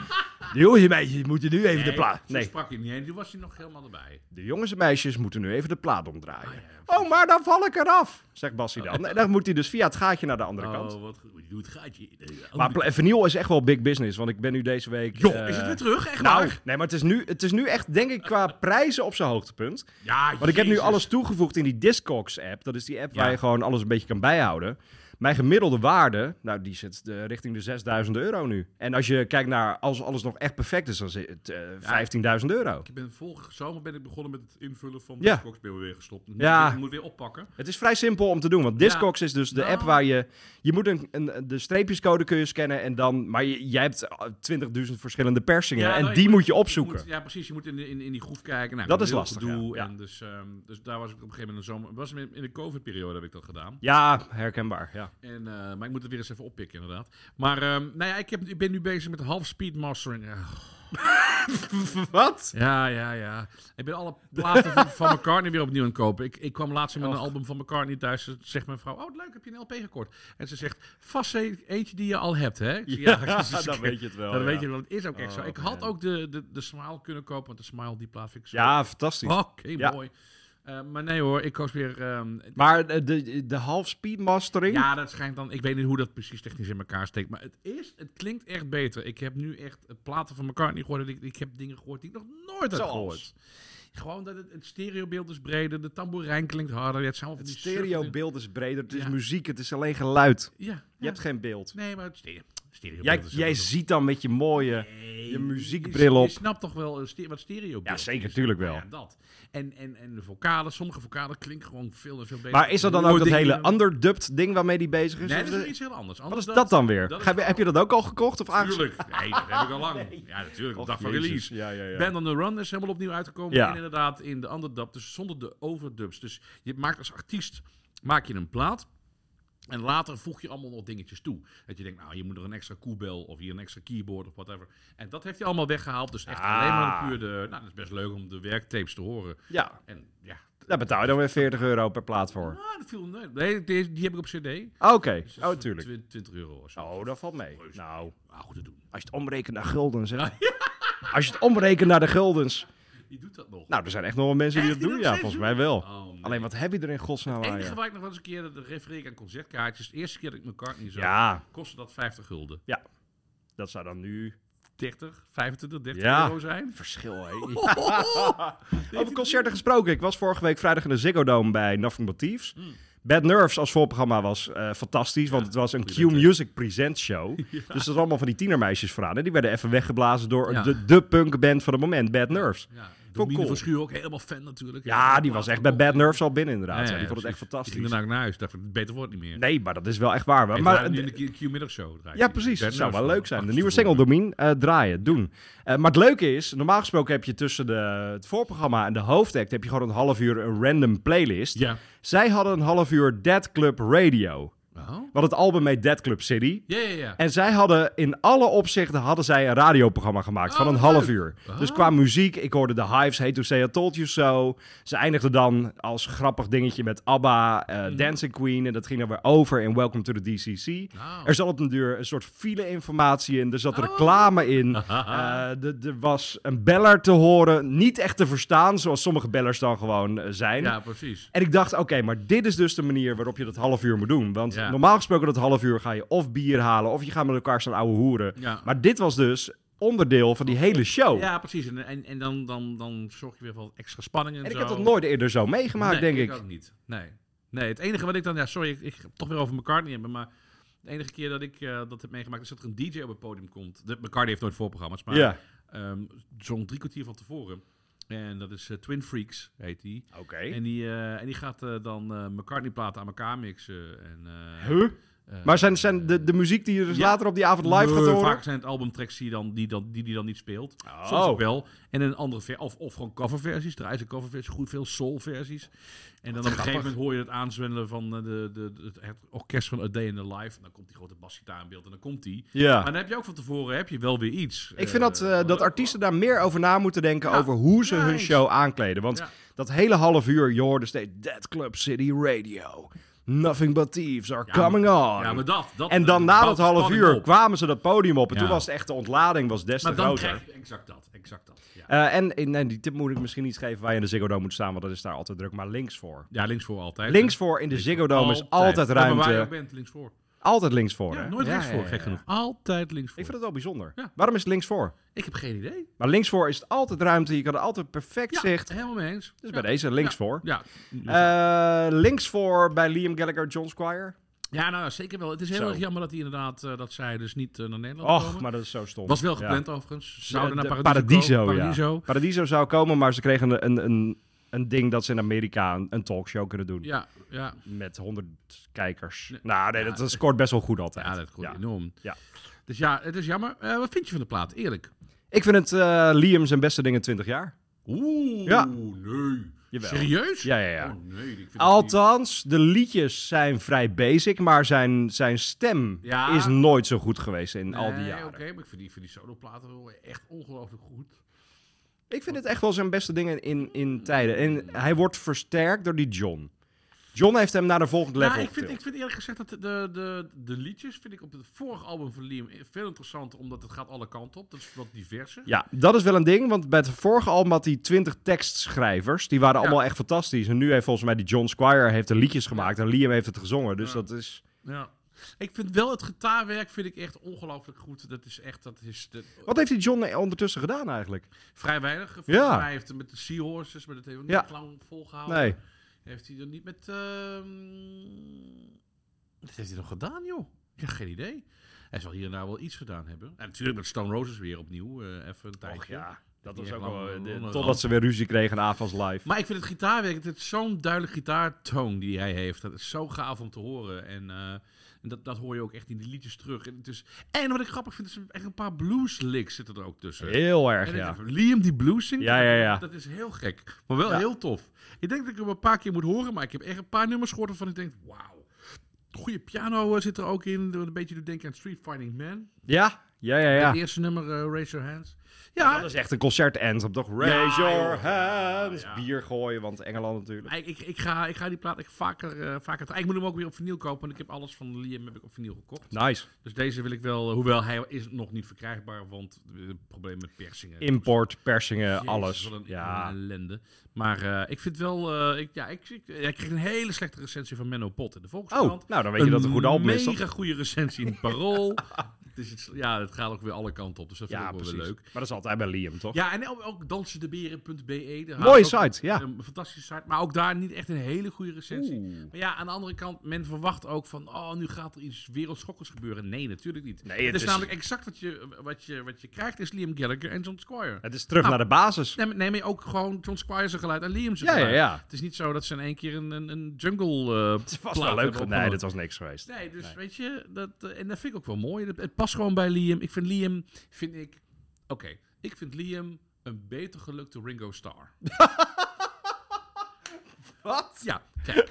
[SPEAKER 3] de jongens en meisjes moeten nu even de plaat...
[SPEAKER 4] Nee,
[SPEAKER 3] Nee,
[SPEAKER 4] zo sprak hij niet. heen. Toen was hij nog helemaal erbij.
[SPEAKER 3] de jongens en meisjes moeten nu even de plaat omdraaien.
[SPEAKER 4] Ah, ja,
[SPEAKER 3] oh, maar dan val ik eraf, zegt Bassie
[SPEAKER 4] [laughs]
[SPEAKER 3] dan. En dan moet hij dus via het gaatje naar de andere kant.
[SPEAKER 4] Oh, wat goed. Je doet het gaatje. Eh,
[SPEAKER 3] Maar pla- vinyl is echt wel big business, want ik ben nu deze week...
[SPEAKER 4] Joh,
[SPEAKER 3] eh,
[SPEAKER 4] is het weer terug? Echt
[SPEAKER 3] Nou,
[SPEAKER 4] waar?
[SPEAKER 3] nee, maar het is, nu, het is nu echt, denk ik,
[SPEAKER 4] [laughs]
[SPEAKER 3] qua prijzen op zijn hoogtepunt.
[SPEAKER 4] Ja,
[SPEAKER 3] Want ik heb nu
[SPEAKER 4] Jezus.
[SPEAKER 3] alles toegevoegd in die Discogs-app. Dat is die app
[SPEAKER 4] Ja.
[SPEAKER 3] waar je gewoon alles een beetje kan bijhouden. Mijn gemiddelde waarde, nou, die zit eh, richting de 6000 euro nu. En als je kijkt naar, als alles nog echt perfect is, dan zit het eh, 15.000 euro.
[SPEAKER 4] Ik ben vorige zomer ben ik begonnen met het invullen van
[SPEAKER 3] Ja.
[SPEAKER 4] Discogs. Ben weer gestopt. Dus
[SPEAKER 3] Ja.
[SPEAKER 4] Ik moet weer oppakken.
[SPEAKER 3] Het is vrij simpel om te doen, want Discogs is dus de
[SPEAKER 4] Nou.
[SPEAKER 3] app waar je... Je moet een, een, de streepjescode kun je scannen en dan... Maar je- jij hebt eh, 20.000 verschillende persingen
[SPEAKER 4] Ja,
[SPEAKER 3] en
[SPEAKER 4] nou,
[SPEAKER 3] die moet je
[SPEAKER 4] Je
[SPEAKER 3] opzoeken.
[SPEAKER 4] moet- ja, precies. Je moet in, de- in, in die groef kijken. Nou,
[SPEAKER 3] Dat
[SPEAKER 4] heel
[SPEAKER 3] is
[SPEAKER 4] veel
[SPEAKER 3] lastig,
[SPEAKER 4] gedoe.
[SPEAKER 3] ja. Ja.
[SPEAKER 4] En dus, ehm, dus daar was ik op een gegeven moment in de zomer. Was in in de COVID-periode heb ik dat gedaan.
[SPEAKER 3] Ja, herkenbaar,
[SPEAKER 4] [laughs]
[SPEAKER 3] ja.
[SPEAKER 4] En, eh, maar ik moet het weer eens even oppikken, inderdaad. Maar ehm, nou ja, ik, heb, ik ben nu bezig met half speed mastering. Ja.
[SPEAKER 3] Wat?
[SPEAKER 4] Ja, ja, ja. Ik ben alle platen van, van McCartney weer opnieuw aan het kopen. Ik, ik kwam laatst met een
[SPEAKER 3] Och.
[SPEAKER 4] album van McCartney thuis. Ze Zegt mijn vrouw, oh leuk, heb je een LP gekort? En ze zegt, vast e- eentje die je al hebt, hè? Ik zeg, [laughs]
[SPEAKER 3] [laughs]
[SPEAKER 4] dus ik-
[SPEAKER 3] je het wel.
[SPEAKER 4] dan
[SPEAKER 3] ja.
[SPEAKER 4] weet je wel. Het is ook echt
[SPEAKER 3] Oh,
[SPEAKER 4] zo. Ik had ook de, de, de Smile kunnen kopen, want de Smile, die plaat vind ik zo
[SPEAKER 3] Ja, fantastisch.
[SPEAKER 4] Oké,
[SPEAKER 3] Ja.
[SPEAKER 4] mooi. Eh, maar nee hoor, ik koos weer... ehm,
[SPEAKER 3] Maar eh, de, de half-speed mastering?
[SPEAKER 4] ja, dat schijnt dan... Ik weet niet hoe dat precies technisch in elkaar steekt. Maar het, is, het klinkt echt beter. Ik heb nu echt eh, platen van McCartney gehoord. en Ik, ik heb dingen gehoord die ik nog nooit had
[SPEAKER 3] Zoals?
[SPEAKER 4] gehoord. Gewoon dat het, het stereobeeld is breder. De tamboerijn klinkt harder. Het, zijn allemaal
[SPEAKER 3] Het
[SPEAKER 4] van die surfdingen.
[SPEAKER 3] stereobeeld is breder, het is
[SPEAKER 4] Ja.
[SPEAKER 3] muziek, het is alleen geluid. Je
[SPEAKER 4] Ja, ja.
[SPEAKER 3] hebt geen beeld.
[SPEAKER 4] Nee, maar het stereo. stereobeeld
[SPEAKER 3] Jij,
[SPEAKER 4] is
[SPEAKER 3] jij
[SPEAKER 4] ook-
[SPEAKER 3] ziet dan met je mooie...
[SPEAKER 4] Nee,
[SPEAKER 3] je muziekbril
[SPEAKER 4] je-
[SPEAKER 3] op.
[SPEAKER 4] Je snapt toch wel eh, ste- wat stereo
[SPEAKER 3] Ja, zeker, tuurlijk wel.
[SPEAKER 4] Ja, dat. En, en, en de vocalen, sommige vocalen klinken gewoon veel en veel beter.
[SPEAKER 3] Maar is dat dan ook dat
[SPEAKER 4] Dingen-
[SPEAKER 3] hele underdubbed ding waarmee die bezig is?
[SPEAKER 4] Nee,
[SPEAKER 3] Of
[SPEAKER 4] dat is
[SPEAKER 3] de-
[SPEAKER 4] iets heel anders.
[SPEAKER 3] Wat
[SPEAKER 4] Anders
[SPEAKER 3] is dat dan weer?
[SPEAKER 4] dat is
[SPEAKER 3] Ga je- heb je dat ook al gekocht of aangeschaft?
[SPEAKER 4] Tuurlijk. Nee, dat heb ik al
[SPEAKER 3] [laughs]
[SPEAKER 4] lang. Ja, natuurlijk. Op dag van release.
[SPEAKER 3] Ja, ja, ja.
[SPEAKER 4] Band on the Run is helemaal opnieuw uitgekomen.
[SPEAKER 3] Ja.
[SPEAKER 4] En inderdaad in de underdub, dus zonder de overdubs. Dus je maakt als artiest maak je een plaat. En later voeg je allemaal nog dingetjes toe. Dat je denkt, nou, je moet er een extra koebel of hier een extra keyboard of whatever. En dat heeft hij allemaal weggehaald. Dus echt
[SPEAKER 3] Ah.
[SPEAKER 4] alleen maar puur de... Nou, dat is best leuk om de werktapes te horen.
[SPEAKER 3] ja.
[SPEAKER 4] En ja,
[SPEAKER 3] Daar betaal je dan weer 40 euro per plaat voor.
[SPEAKER 4] Ah, dat viel nee, nee, die, die heb ik op cd.
[SPEAKER 3] Oké,
[SPEAKER 4] Dus dat
[SPEAKER 3] oh,
[SPEAKER 4] is
[SPEAKER 3] tuurlijk.
[SPEAKER 4] 20, 20 euro of zo.
[SPEAKER 3] Oh, dat valt mee.
[SPEAKER 4] Reuze.
[SPEAKER 3] Nou,
[SPEAKER 4] Ah, goed te doen.
[SPEAKER 3] als je het omrekent naar guldens,
[SPEAKER 4] [laughs]
[SPEAKER 3] hè. Als je het omrekent naar de guldens.
[SPEAKER 4] Die doet dat nog.
[SPEAKER 3] Nou, er zijn echt nog wel mensen die
[SPEAKER 4] Echt,
[SPEAKER 3] dat
[SPEAKER 4] die
[SPEAKER 3] doen.
[SPEAKER 4] dat
[SPEAKER 3] Ja,
[SPEAKER 4] steeds
[SPEAKER 3] volgens
[SPEAKER 4] doen?
[SPEAKER 3] mij wel.
[SPEAKER 4] Oh, nee.
[SPEAKER 3] Alleen, wat heb je er in godsnaam
[SPEAKER 4] Het
[SPEAKER 3] aan?
[SPEAKER 4] enige
[SPEAKER 3] ja?
[SPEAKER 4] waar ik nog wel eens een keer dat refereer ik aan concertkaartjes. De eerste keer dat ik mijn kaart niet zag,
[SPEAKER 3] Ja,
[SPEAKER 4] kostte dat 50 gulden.
[SPEAKER 3] dat zou dan nu...
[SPEAKER 4] 30, 25, 30
[SPEAKER 3] Ja. Oh,
[SPEAKER 4] euro zijn.
[SPEAKER 3] Verschil, hè? Over concerten gesproken. Ik was vorige week vrijdag in de Ziggo Dome bij Nothing But Thieves.
[SPEAKER 4] Hmm.
[SPEAKER 3] Bad Nerves als voorprogramma was eh, fantastisch, want het was een Q
[SPEAKER 4] goeie band, hè?
[SPEAKER 3] Music Presents
[SPEAKER 4] [laughs]
[SPEAKER 3] show. Dus dat allemaal van die tienermeisjes vooraan. En die werden even weggeblazen door
[SPEAKER 4] Ja.
[SPEAKER 3] de, de punkband van het moment, Bad Nerves. [laughs]
[SPEAKER 4] Ja,
[SPEAKER 3] Vond ik
[SPEAKER 4] Domine
[SPEAKER 3] cool.
[SPEAKER 4] van Schuur ook helemaal fan natuurlijk.
[SPEAKER 3] Ja, die was echt bij Bad Nerves al binnen inderdaad.
[SPEAKER 4] Ja,
[SPEAKER 3] Ja,
[SPEAKER 4] ja,
[SPEAKER 3] die vond het echt
[SPEAKER 4] precies.
[SPEAKER 3] fantastisch.
[SPEAKER 4] Die ging daarna ook naar huis. Dacht, ik, beter wordt het niet meer.
[SPEAKER 3] Nee, maar dat is wel echt waar. Maar,
[SPEAKER 4] maar
[SPEAKER 3] maar-
[SPEAKER 4] nu in de Q-middagshow draaien.
[SPEAKER 3] ja, precies. Het zou wel leuk zijn. De nieuwe single,
[SPEAKER 4] singel
[SPEAKER 3] Domien, eh, draaien, doen. Eh, maar het leuke is, normaal gesproken heb je tussen de, het voorprogramma en de hoofdact... heb je gewoon een half uur een random playlist.
[SPEAKER 4] Ja.
[SPEAKER 3] Zij hadden een half uur Dead Club Radio.
[SPEAKER 4] Oh.
[SPEAKER 3] Wat het album heet Dead Club City.
[SPEAKER 4] Ja, ja, ja.
[SPEAKER 3] En zij hadden in alle opzichten hadden zij een radioprogramma gemaakt van
[SPEAKER 4] Oh,
[SPEAKER 3] een
[SPEAKER 4] wat
[SPEAKER 3] half
[SPEAKER 4] leuk.
[SPEAKER 3] uur. Dus qua muziek, ik hoorde The Hives, Hey To Say I Told You So. Ze eindigden dan als grappig dingetje met ABBA, eh,
[SPEAKER 4] Mhm.
[SPEAKER 3] Dancing Queen. En dat ging dan weer over in Welcome to the DCC.
[SPEAKER 4] Oh.
[SPEAKER 3] Er zat op een duur een soort file-informatie in. Er zat reclame
[SPEAKER 4] [laughs]
[SPEAKER 3] in. Eh, d- d- er was een beller te horen. Niet echt te verstaan, zoals sommige bellers dan gewoon eh, zijn.
[SPEAKER 4] ja, precies.
[SPEAKER 3] En ik dacht, oké, maar dit is dus de manier waarop je dat half uur moet doen. Want
[SPEAKER 4] Ja.
[SPEAKER 3] normaal gesproken dat half uur ga je of bier halen... of je gaat met elkaar staan ouwe hoeren.
[SPEAKER 4] Ja.
[SPEAKER 3] Maar oh. dit was dus onderdeel van die hele show.
[SPEAKER 4] Ja, precies. En, en, en dan, dan, dan zorg je weer voor wat extra spanning en,
[SPEAKER 3] en ik
[SPEAKER 4] zo.
[SPEAKER 3] heb dat nooit eerder zo meegemaakt,
[SPEAKER 4] Nee,
[SPEAKER 3] denk ik.
[SPEAKER 4] ook niet. Nee. nee, het enige wat ik dan... Ja, sorry, ik, ik ga het toch weer over McCartney hebben, maar... De enige keer dat ik eh, dat heb meegemaakt is dat er een DJ op het podium komt. De, McCartney heeft nooit voorprogramma's, maar
[SPEAKER 3] Ja.
[SPEAKER 4] ehm, zong drie kwartier van tevoren. En dat is eh, Twin Freaks, heet die.
[SPEAKER 3] Oké.
[SPEAKER 4] En die, eh, en die gaat eh, dan eh McCartney-platen aan elkaar mixen. En, eh,
[SPEAKER 3] Huh?
[SPEAKER 4] eh,
[SPEAKER 3] Maar zijn, zijn de, de muziek die je dus
[SPEAKER 4] Ja.
[SPEAKER 3] later op die avond live gaat
[SPEAKER 4] Nee,
[SPEAKER 3] horen?
[SPEAKER 4] Vaak zijn het albumtracks die dan, die, dan, die, die dan niet speelt. Soms ook wel. En een andere ver of, of gewoon coverversies. Er zijn coverversies, goed veel soulversies. En dan op een gegeven moment hoor je het aanzwengelen van eh, de, de, het, het orkest van A Day in the Life. En dan komt die grote basgitaar in beeld en dan komt die.
[SPEAKER 3] Ja.
[SPEAKER 4] Maar dan heb je ook van tevoren heb je wel weer iets.
[SPEAKER 3] Ik vind dat, eh,
[SPEAKER 4] Eh,
[SPEAKER 3] dat artiesten daar meer over na moeten denken
[SPEAKER 4] Ja,
[SPEAKER 3] over hoe ze hun
[SPEAKER 4] nice.
[SPEAKER 3] show aankleden. Want
[SPEAKER 4] Ja.
[SPEAKER 3] dat hele half uur, je hoorde steeds Dead Club City Radio. Nothing but thieves are
[SPEAKER 4] Ja,
[SPEAKER 3] coming
[SPEAKER 4] maar-
[SPEAKER 3] on.
[SPEAKER 4] Ja, maar dat, dat,
[SPEAKER 3] en dan na
[SPEAKER 4] bouwt
[SPEAKER 3] dat
[SPEAKER 4] de
[SPEAKER 3] half
[SPEAKER 4] spanning
[SPEAKER 3] uur
[SPEAKER 4] op.
[SPEAKER 3] kwamen ze dat podium op. En
[SPEAKER 4] Ja.
[SPEAKER 3] toen was het echt de ontlading was des te
[SPEAKER 4] Maar dan
[SPEAKER 3] groter.
[SPEAKER 4] krijg je exact dat. Exact dat ja.
[SPEAKER 3] Eh, en eh, nee, die tip moet ik misschien niet geven waar je in de Ziggo Dome moet staan. Want dat is daar altijd druk. Maar links voor.
[SPEAKER 4] ja, links voor altijd.
[SPEAKER 3] Links voor in de Ziggo Dome is altijd
[SPEAKER 4] Ja, maar waar je ook
[SPEAKER 3] ruimte.
[SPEAKER 4] bent, links voor.
[SPEAKER 3] Altijd links voor.
[SPEAKER 4] Ja,
[SPEAKER 3] hè?
[SPEAKER 4] nooit
[SPEAKER 3] Ja,
[SPEAKER 4] links
[SPEAKER 3] ja,
[SPEAKER 4] voor,
[SPEAKER 3] ja,
[SPEAKER 4] gek
[SPEAKER 3] ja.
[SPEAKER 4] genoeg. Altijd links voor.
[SPEAKER 3] Ik vind
[SPEAKER 4] Ik,
[SPEAKER 3] het wel bijzonder.
[SPEAKER 4] Ja.
[SPEAKER 3] Waarom is het links voor?
[SPEAKER 4] heb geen idee.
[SPEAKER 3] Maar links voor is het altijd ruimte. Je kan er altijd perfect
[SPEAKER 4] Ja,
[SPEAKER 3] zicht.
[SPEAKER 4] helemaal mee eens.
[SPEAKER 3] Dus
[SPEAKER 4] ja.
[SPEAKER 3] bij deze links voor.
[SPEAKER 4] Ja.
[SPEAKER 3] Eh, links voor bij Liam Gallagher, John Squire.
[SPEAKER 4] ja, nou ja, zeker wel. Het is heel
[SPEAKER 3] Zo.
[SPEAKER 4] erg jammer dat, hij inderdaad, eh, dat zij dus niet eh, naar Nederland
[SPEAKER 3] Och,
[SPEAKER 4] komen.
[SPEAKER 3] maar dat is zo stom.
[SPEAKER 4] Was
[SPEAKER 3] Ja.
[SPEAKER 4] wel gepland overigens. Ze Zouden
[SPEAKER 3] De-
[SPEAKER 4] naar
[SPEAKER 3] de
[SPEAKER 4] Paradiso,
[SPEAKER 3] Paradiso,
[SPEAKER 4] komen.
[SPEAKER 3] ja.
[SPEAKER 4] Paradiso.
[SPEAKER 3] Paradiso zou komen, maar ze kregen een, een, een, een ding dat ze in Amerika een, een talkshow kunnen doen.
[SPEAKER 4] Ja, ja.
[SPEAKER 3] Met 100 kijkers.
[SPEAKER 4] Nee.
[SPEAKER 3] Nou, nee,
[SPEAKER 4] Ja,
[SPEAKER 3] dat, dat scoort best wel goed altijd.
[SPEAKER 4] ja, dat klopt
[SPEAKER 3] Ja.
[SPEAKER 4] enorm.
[SPEAKER 3] Ja.
[SPEAKER 4] Dus ja, het is jammer. Eh, wat vind je van de plaat? Eerlijk.
[SPEAKER 3] Ik vind het eh, Liam zijn beste ding in 20 jaar.
[SPEAKER 4] Oeh,
[SPEAKER 3] Ja.
[SPEAKER 4] nee.
[SPEAKER 3] Jawel.
[SPEAKER 4] Serieus?
[SPEAKER 3] Ja, ja, ja.
[SPEAKER 4] Oh, nee, ik vind het niet.
[SPEAKER 3] Althans, de liedjes zijn vrij basic, maar zijn, zijn stem
[SPEAKER 4] Ja.
[SPEAKER 3] is nooit zo goed geweest in al die
[SPEAKER 4] Nee,
[SPEAKER 3] jaren.
[SPEAKER 4] Oké, maar ik vind die, ik vind die soloplaten wel echt ongelooflijk goed.
[SPEAKER 3] Ik vind het echt wel zijn beste dingen in, in tijden. En hij wordt versterkt door die John. John heeft hem naar de volgende level
[SPEAKER 4] Nou, ik vind,
[SPEAKER 3] getild.
[SPEAKER 4] ik vind eerlijk gezegd dat de, de, de, de liedjes vind ik op het vorige album van Liam veel interessanter, omdat het gaat alle kanten op. Dat is wat diverser.
[SPEAKER 3] Ja, dat is wel een ding, want bij het vorige album had hij twintig tekstschrijvers. Die waren
[SPEAKER 4] Ja.
[SPEAKER 3] allemaal echt fantastisch. En nu heeft volgens mij die John Squire heeft de liedjes gemaakt en Liam heeft het gezongen. Dus
[SPEAKER 4] Ja.
[SPEAKER 3] dat is...
[SPEAKER 4] Ja. Ik vind wel het gitaarwerk vind ik echt ongelooflijk goed. Dat is echt, dat is de-
[SPEAKER 3] Wat heeft die John ondertussen gedaan eigenlijk?
[SPEAKER 4] vrij weinig. Volgens
[SPEAKER 3] Ja.
[SPEAKER 4] mij heeft hij met de Seahorses, maar dat heeft ook
[SPEAKER 3] Ja.
[SPEAKER 4] niet lang volgehouden.
[SPEAKER 3] Nee.
[SPEAKER 4] Heeft hij dan niet met... ehm, Wat heeft hij nog gedaan, joh? Ik heb geen idee. Hij zal hier en daar wel iets gedaan hebben. En natuurlijk met Stone Roses weer opnieuw, eh, even een tijdje.
[SPEAKER 3] dat
[SPEAKER 4] was ook wel, eh, de-
[SPEAKER 3] Totdat ze weer ruzie kregen aan Avans Live.
[SPEAKER 4] Maar ik vind het gitaarwerk, het is zo'n duidelijk gitaartoon die hij heeft. Dat is zo gaaf om te horen. En, eh, en dat, dat hoor je ook echt in die liedjes terug. En, het is- en wat ik grappig vind, is er echt een paar blues licks zitten er ook tussen.
[SPEAKER 3] Heel erg,
[SPEAKER 4] En
[SPEAKER 3] ja.
[SPEAKER 4] het- Liam die blues zingt,
[SPEAKER 3] Ja, ja, ja.
[SPEAKER 4] dat is heel gek. Maar wel
[SPEAKER 3] Ja.
[SPEAKER 4] heel tof. Ik denk dat ik hem een paar keer moet horen, maar ik heb echt een paar nummers gehoord waarvan ik denk, wauw. Goede piano eh, zit er ook in. Een beetje doet denken aan Street Fighting Man.
[SPEAKER 3] Ja, Ja, ja,
[SPEAKER 4] Het
[SPEAKER 3] ja.
[SPEAKER 4] eerste nummer, eh, Raise Your Hands.
[SPEAKER 3] Dat is echt een concert-anthem, toch? Raise
[SPEAKER 4] Ja,
[SPEAKER 3] your
[SPEAKER 4] joh.
[SPEAKER 3] hands.
[SPEAKER 4] Ja.
[SPEAKER 3] Bier gooien, want Engeland natuurlijk.
[SPEAKER 4] Ik, ik, ik, ga, ik ga die plaat echt vaker, eh, vaker... tra- Ik moet hem ook weer op vinyl kopen. Want ik heb alles van Liam heb ik op vinyl gekocht.
[SPEAKER 3] Nice.
[SPEAKER 4] Dus deze wil ik wel... Hoewel hij is nog niet verkrijgbaar. Want eh, probleem met persingen.
[SPEAKER 3] Import, persingen,
[SPEAKER 4] Jezus,
[SPEAKER 3] alles.
[SPEAKER 4] wat een-
[SPEAKER 3] Ja.
[SPEAKER 4] wat een ellende. Maar eh, ik vind wel... eh, ik, ja, ik, ik, ja, ik kreeg een hele slechte recensie van Menno Pot in de Volkskrant.
[SPEAKER 3] Oh, nou dan weet je dat het een goed album is.
[SPEAKER 4] Een
[SPEAKER 3] toch?
[SPEAKER 4] mega goede recensie in het
[SPEAKER 3] [laughs]
[SPEAKER 4] Parool. Het is iets- ja, het gaat ook weer alle kanten op. Dus dat vind
[SPEAKER 3] Ja,
[SPEAKER 4] ik wel
[SPEAKER 3] precies.
[SPEAKER 4] weer leuk.
[SPEAKER 3] Maar dat is altijd bij Liam, toch?
[SPEAKER 4] Ja, en ook, ook dansendeberen.be. daar
[SPEAKER 3] Mooie
[SPEAKER 4] had ik ook
[SPEAKER 3] site, ja.
[SPEAKER 4] Een fantastische site. Maar ook daar niet echt een hele goede recensie.
[SPEAKER 3] Oeh.
[SPEAKER 4] Maar ja, aan de andere kant, men verwacht ook van... Oh, nu gaat er iets wereldschokkers gebeuren. Nee, natuurlijk niet.
[SPEAKER 3] Nee,
[SPEAKER 4] het
[SPEAKER 3] het
[SPEAKER 4] is,
[SPEAKER 3] is-
[SPEAKER 4] namelijk exact wat je, wat, je, wat je krijgt is Liam Gallagher en John Squire.
[SPEAKER 3] Het is terug
[SPEAKER 4] Nou,
[SPEAKER 3] naar de basis.
[SPEAKER 4] Nee, maar- nee, maar ook gewoon John Squire zijn geluid en Liam zijn
[SPEAKER 3] Ja, ja,
[SPEAKER 4] geluid.
[SPEAKER 3] ja.
[SPEAKER 4] Het is niet zo dat ze in één keer een, een, een jungle eh
[SPEAKER 3] Het is vast
[SPEAKER 4] plaat
[SPEAKER 3] wel leuk.
[SPEAKER 4] hebben
[SPEAKER 3] ge- Nee,
[SPEAKER 4] opgenomen.
[SPEAKER 3] dat was niks geweest.
[SPEAKER 4] Nee, dus weet je, dat, eh, en dat vind ik ook wel mooi. Dat- het past gewoon bij Liam. Ik vind Liam, vind ik, oké, ik vind Liam een beter gelukte Ringo Starr.
[SPEAKER 3] Wat?
[SPEAKER 4] Ja,
[SPEAKER 3] [laughs]
[SPEAKER 4] kijk.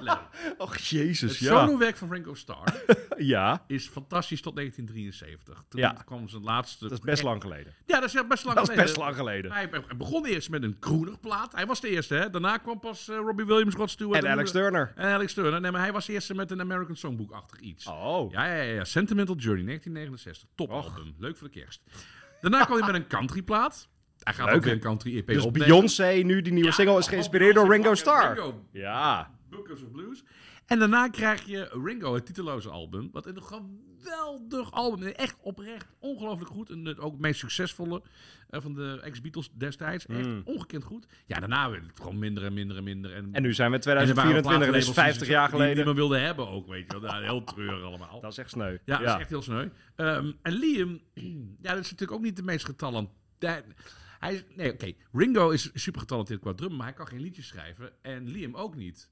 [SPEAKER 4] Leuk.
[SPEAKER 3] Och, jezus,
[SPEAKER 4] Het
[SPEAKER 3] ja.
[SPEAKER 4] solowerk van Ringo Starr
[SPEAKER 3] Ja,
[SPEAKER 4] is fantastisch tot 1973. Toen
[SPEAKER 3] Ja.
[SPEAKER 4] kwam zijn laatste...
[SPEAKER 3] dat is best lang geleden.
[SPEAKER 4] Ja, dat is echt best lang
[SPEAKER 3] Dat is
[SPEAKER 4] geleden.
[SPEAKER 3] best lang geleden.
[SPEAKER 4] Hij hij begon eerst met een Kroenerplaat. Hij was de eerste, hè. Daarna kwam pas eh, Robbie Williams, Rod Stewart...
[SPEAKER 3] En Alex Turner.
[SPEAKER 4] En Alex Turner. Nee, maar hij was de eerste met een American Songbook-achtig iets.
[SPEAKER 3] Oh.
[SPEAKER 4] Ja, ja, ja, ja. Sentimental Journey, 1969. Top album. Leuk voor de kerst. Daarna kwam hij met een countryplaat. Hij gaat
[SPEAKER 3] Leuk,
[SPEAKER 4] ook weer
[SPEAKER 3] hè?
[SPEAKER 4] een country EP
[SPEAKER 3] Dus
[SPEAKER 4] opnemen. Oh,
[SPEAKER 3] Beyoncé, nu die nieuwe single, is geïnspireerd door Ringo Starr.
[SPEAKER 4] Ringo,
[SPEAKER 3] Ja.
[SPEAKER 4] Bookers of Blues. En daarna krijg je Ringo, het titeloze album. Wat een geweldig album. is. Echt oprecht ongelooflijk goed. En het ook het meest succesvolle eh, van de ex-Beatles destijds. Echt ongekend goed. Ja, daarna werd het gewoon minder en minder en minder. En,
[SPEAKER 3] Hmm. En nu zijn we
[SPEAKER 4] en er waren
[SPEAKER 3] 2024 en dat is
[SPEAKER 4] platenlabels die
[SPEAKER 3] 50 jaar
[SPEAKER 4] die- die
[SPEAKER 3] geleden.
[SPEAKER 4] niemand wilde hebben ook, weet je wel. Nou, heel treurig allemaal.
[SPEAKER 3] Dat is echt sneu.
[SPEAKER 4] Ja, dat
[SPEAKER 3] [laughs]
[SPEAKER 4] is echt heel sneu. Ehm, en Liam, [clears throat] ja, dat is natuurlijk ook niet de meest getalenteerd. Hij is, nee, oké. Ringo is super getalenteerd qua drummen, maar hij kan geen liedjes schrijven. En Liam ook niet.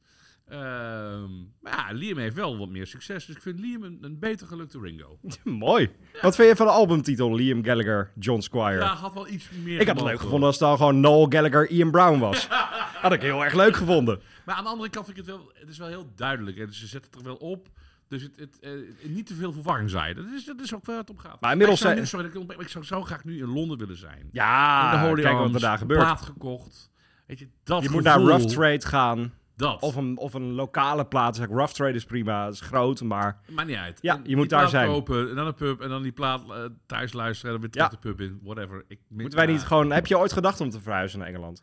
[SPEAKER 4] Ehm, maar ja, Liam heeft wel wat meer succes. Dus ik vind Liam een, een beter gelukte Ringo.
[SPEAKER 3] Mooi. Wat vind je van de albumtitel Liam Gallagher, John Squire?
[SPEAKER 4] Ja, had wel iets meer.
[SPEAKER 3] ik had het
[SPEAKER 4] gemogen.
[SPEAKER 3] leuk gevonden als het dan gewoon Noel Gallagher, Ian Brown
[SPEAKER 4] [laughs]
[SPEAKER 3] was. Had ik heel erg leuk gevonden.
[SPEAKER 4] Maar aan de andere kant vind ik het wel, het is wel heel duidelijk. Hè? Dus ze zetten het er wel op. Dus het, het, eh, niet te veel verwarring zijn. Dat is, dat is ook waar het om gaat.
[SPEAKER 3] Maar inmiddels
[SPEAKER 4] ik zou,
[SPEAKER 3] zijn-
[SPEAKER 4] nu- sorry, dat ik ontbreek, maar ik zou zo graag nu in Londen willen zijn.
[SPEAKER 3] Ja,
[SPEAKER 4] in de Holy
[SPEAKER 3] Ah, kijk wat er
[SPEAKER 4] Arms,
[SPEAKER 3] daar gebeurt.
[SPEAKER 4] plaat gekocht. Weet je, dat
[SPEAKER 3] Je moet naar
[SPEAKER 4] gevoel,
[SPEAKER 3] Rough Trade gaan.
[SPEAKER 4] Dat.
[SPEAKER 3] Of een, of een lokale plaats. Rough Trade is prima, is groot, maar...
[SPEAKER 4] Maakt niet uit.
[SPEAKER 3] Ja,
[SPEAKER 4] En
[SPEAKER 3] je
[SPEAKER 4] die
[SPEAKER 3] moet daar
[SPEAKER 4] plaat
[SPEAKER 3] zijn.
[SPEAKER 4] kopen, en dan een pub, en dan die plaat eh, thuis luisteren, en dan weer
[SPEAKER 3] Ja.
[SPEAKER 4] terug de pub in, whatever. Ik,
[SPEAKER 3] Moeten wij niet gewoon... Heb je ooit gedacht om te verhuizen naar Engeland?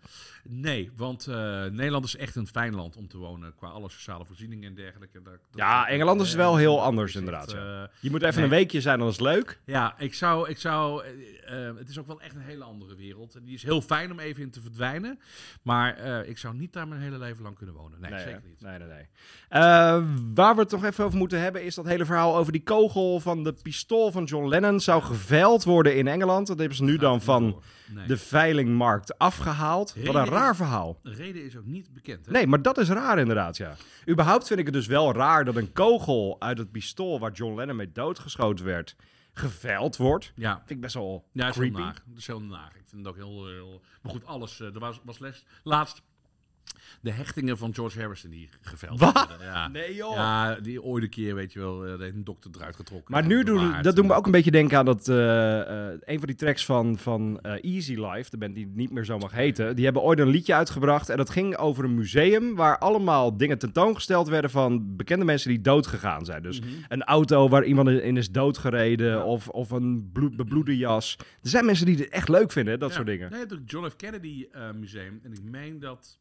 [SPEAKER 4] Nee, want eh, Nederland is echt een fijn land om te wonen, qua alle sociale voorzieningen en dergelijke. Daar- dat- eh,
[SPEAKER 3] Ja, Engeland is wel heel anders
[SPEAKER 4] is echt,
[SPEAKER 3] inderdaad. ja.
[SPEAKER 4] eh,
[SPEAKER 3] Je moet even
[SPEAKER 4] nee.
[SPEAKER 3] een weekje zijn, dan is het leuk.
[SPEAKER 4] Ja, ik zou, ik zou eh, eh, het is ook wel echt een hele andere wereld. En die is heel fijn om even in te verdwijnen, maar eh, ik zou niet daar mijn hele leven lang kunnen wonen. Nee,
[SPEAKER 3] Nee,
[SPEAKER 4] zeker
[SPEAKER 3] hè?
[SPEAKER 4] niet.
[SPEAKER 3] Nee, nee, nee. Eh, waar we het toch even over moeten hebben is dat hele verhaal over die kogel van de pistool van John Lennon zou geveild worden in Engeland. Dat hebben ze nu
[SPEAKER 4] Gaat
[SPEAKER 3] dan
[SPEAKER 4] niet
[SPEAKER 3] van
[SPEAKER 4] door. Nee.
[SPEAKER 3] de veilingmarkt afgehaald. Wat een
[SPEAKER 4] Reden is-
[SPEAKER 3] raar verhaal.
[SPEAKER 4] De reden is ook niet bekend. Hè?
[SPEAKER 3] Nee, maar dat is raar inderdaad, ja. Überhaupt vind ik het dus wel raar dat een kogel uit het pistool waar John Lennon mee doodgeschoten werd, geveild wordt.
[SPEAKER 4] Ja.
[SPEAKER 3] Vind ik best wel
[SPEAKER 4] Ja, het is heel
[SPEAKER 3] creepy.
[SPEAKER 4] naag. Het is heel naag. Ik vind het ook heel... heel- Maar goed, alles. eh, Er was, was les, laatst de hechtingen van George Harrison die geveld
[SPEAKER 3] Wat?
[SPEAKER 4] werden. Ja.
[SPEAKER 3] Nee, joh.
[SPEAKER 4] Ja, die ooit een keer, weet je wel, eh, daar heeft een dokter eruit getrokken.
[SPEAKER 3] Maar nu doen,
[SPEAKER 4] Bewaard.
[SPEAKER 3] dat doen we ook een beetje denken aan dat eh, eh, een van die tracks van, van eh, Easy Life, de band die niet meer zo mag heten, die hebben ooit een liedje uitgebracht en dat ging over een museum waar allemaal dingen tentoongesteld werden van bekende mensen die doodgegaan zijn. Dus een auto waar iemand in is doodgereden of, of een bloed, bebloede jas. Er zijn mensen die het echt leuk vinden, hè, dat
[SPEAKER 4] Ja.
[SPEAKER 3] soort dingen.
[SPEAKER 4] Nee, je hebt ook het John F. Kennedy eh, Museum. En ik meen dat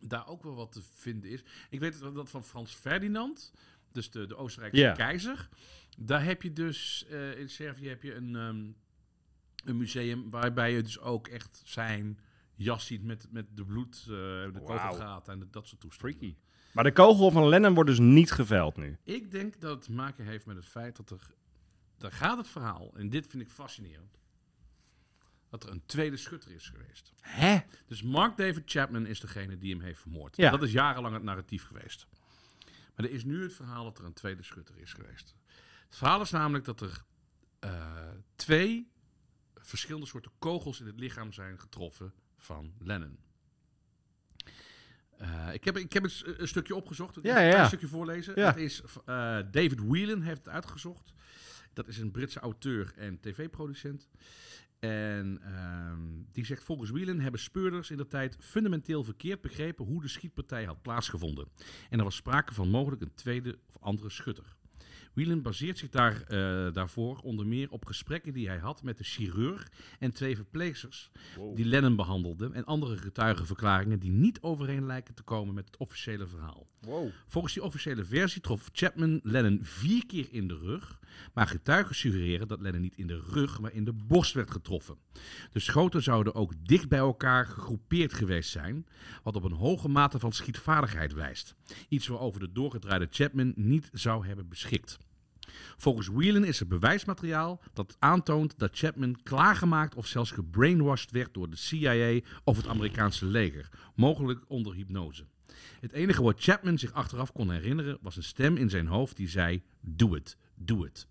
[SPEAKER 4] daar ook wel wat te vinden is. Ik weet dat- dat van Frans Ferdinand, dus de, de Oostenrijkse
[SPEAKER 3] Ja.
[SPEAKER 4] keizer. Daar heb je dus, eh, in Servië heb je een, ehm, een museum waarbij je dus ook echt zijn jas ziet met, met de bloed, eh, de
[SPEAKER 3] Wauw.
[SPEAKER 4] kogelgaten en de- dat soort toestanden.
[SPEAKER 3] Freaky. Maar de kogel van Lennon wordt dus niet geveild nu.
[SPEAKER 4] Ik denk dat het te maken heeft met het feit dat er... Daar gaat het verhaal, en dit vind ik fascinerend. Dat er een tweede schutter is geweest.
[SPEAKER 3] Hè?
[SPEAKER 4] Dus Mark David Chapman is degene die hem heeft vermoord.
[SPEAKER 3] Ja.
[SPEAKER 4] Dat is jarenlang het narratief geweest. Maar er is nu het verhaal dat er een tweede schutter is geweest. Het verhaal is namelijk dat er eh, twee verschillende soorten kogels in het lichaam zijn getroffen van Lennon. Eh, ik, heb, ik heb eens een, een stukje opgezocht. Ik
[SPEAKER 3] Ja,
[SPEAKER 4] ga
[SPEAKER 3] ja,
[SPEAKER 4] Een
[SPEAKER 3] ja.
[SPEAKER 4] stukje voorlezen.
[SPEAKER 3] Ja.
[SPEAKER 4] Het is, eh, David Whelan heeft het uitgezocht. Dat is een Britse auteur en tv-producent. En ehm, die zegt: Volgens Whelan hebben speurders in de tijd fundamenteel verkeerd begrepen hoe de schietpartij had plaatsgevonden. En er was sprake van mogelijk een tweede of andere schutter. Whelan baseert zich daar, eh, daarvoor onder meer op gesprekken die hij had met de chirurg en twee verpleegsters die Lennon behandelden en andere getuigenverklaringen die niet overeen lijken te komen met het officiële verhaal.
[SPEAKER 3] Wow.
[SPEAKER 4] Volgens die officiële versie trof Chapman Lennon vier keer in de rug. Maar getuigen suggereren dat Lennon niet in de rug, maar in de borst werd getroffen. De schoten zouden ook dicht bij elkaar gegroepeerd geweest zijn. Wat op een hoge mate van schietvaardigheid wijst. Iets waarover de doorgedraaide Chapman niet zou hebben beschikt. Volgens Whelan is er bewijsmateriaal dat aantoont dat Chapman klaargemaakt of zelfs gebrainwashed werd door de CIA of het Amerikaanse leger, mogelijk onder hypnose. Het enige wat Chapman zich achteraf kon herinneren was een stem in zijn hoofd die zei: Doe het, doe het.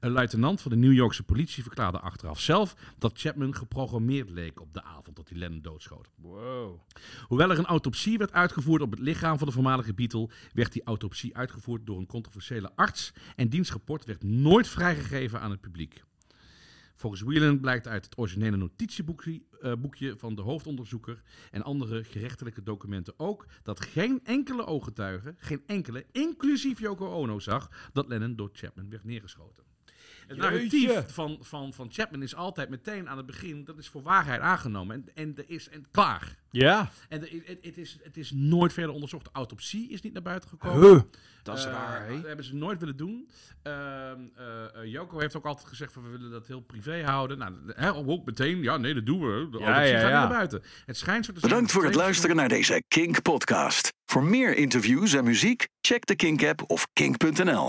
[SPEAKER 4] Een luitenant van de New Yorkse politie verklaarde achteraf zelf dat Chapman geprogrammeerd leek op de avond dat hij Lennon doodschoot.
[SPEAKER 3] Wow.
[SPEAKER 4] Hoewel er een autopsie werd uitgevoerd op het lichaam van de voormalige Beatle, werd die autopsie uitgevoerd door een controversiële arts en diens rapport werd nooit vrijgegeven aan het publiek. Volgens Whelan blijkt uit het originele notitieboekje eh, boekje van de hoofdonderzoeker en andere gerechtelijke documenten ook dat geen enkele ooggetuige, geen enkele, inclusief Yoko Ono, zag dat Lennon door Chapman werd neergeschoten. Het narratief van, van, van Chapman is altijd meteen aan het begin, dat is voor waarheid aangenomen en, en er is en klaar.
[SPEAKER 3] Ja.
[SPEAKER 4] En de- het, het, is, het is nooit verder onderzocht. De autopsie is niet naar buiten gekomen.
[SPEAKER 3] Huh. Dat
[SPEAKER 4] Eh,
[SPEAKER 3] hè?
[SPEAKER 4] Dat hebben ze nooit willen doen. Ehm, eh, eh, Joko heeft ook altijd gezegd: van, we willen dat heel privé houden. Nou, de- hè, ook meteen, ja, nee, dat doen we. De
[SPEAKER 3] Ja,
[SPEAKER 4] autopsie
[SPEAKER 3] ja,
[SPEAKER 4] gaat niet
[SPEAKER 3] ja.
[SPEAKER 4] naar buiten. Het schijnt zo te zijn.
[SPEAKER 1] Bedankt voor het
[SPEAKER 4] Twee-
[SPEAKER 1] luisteren naar deze Kink podcast. Voor meer interviews en muziek, check de Kink app of kink.nl.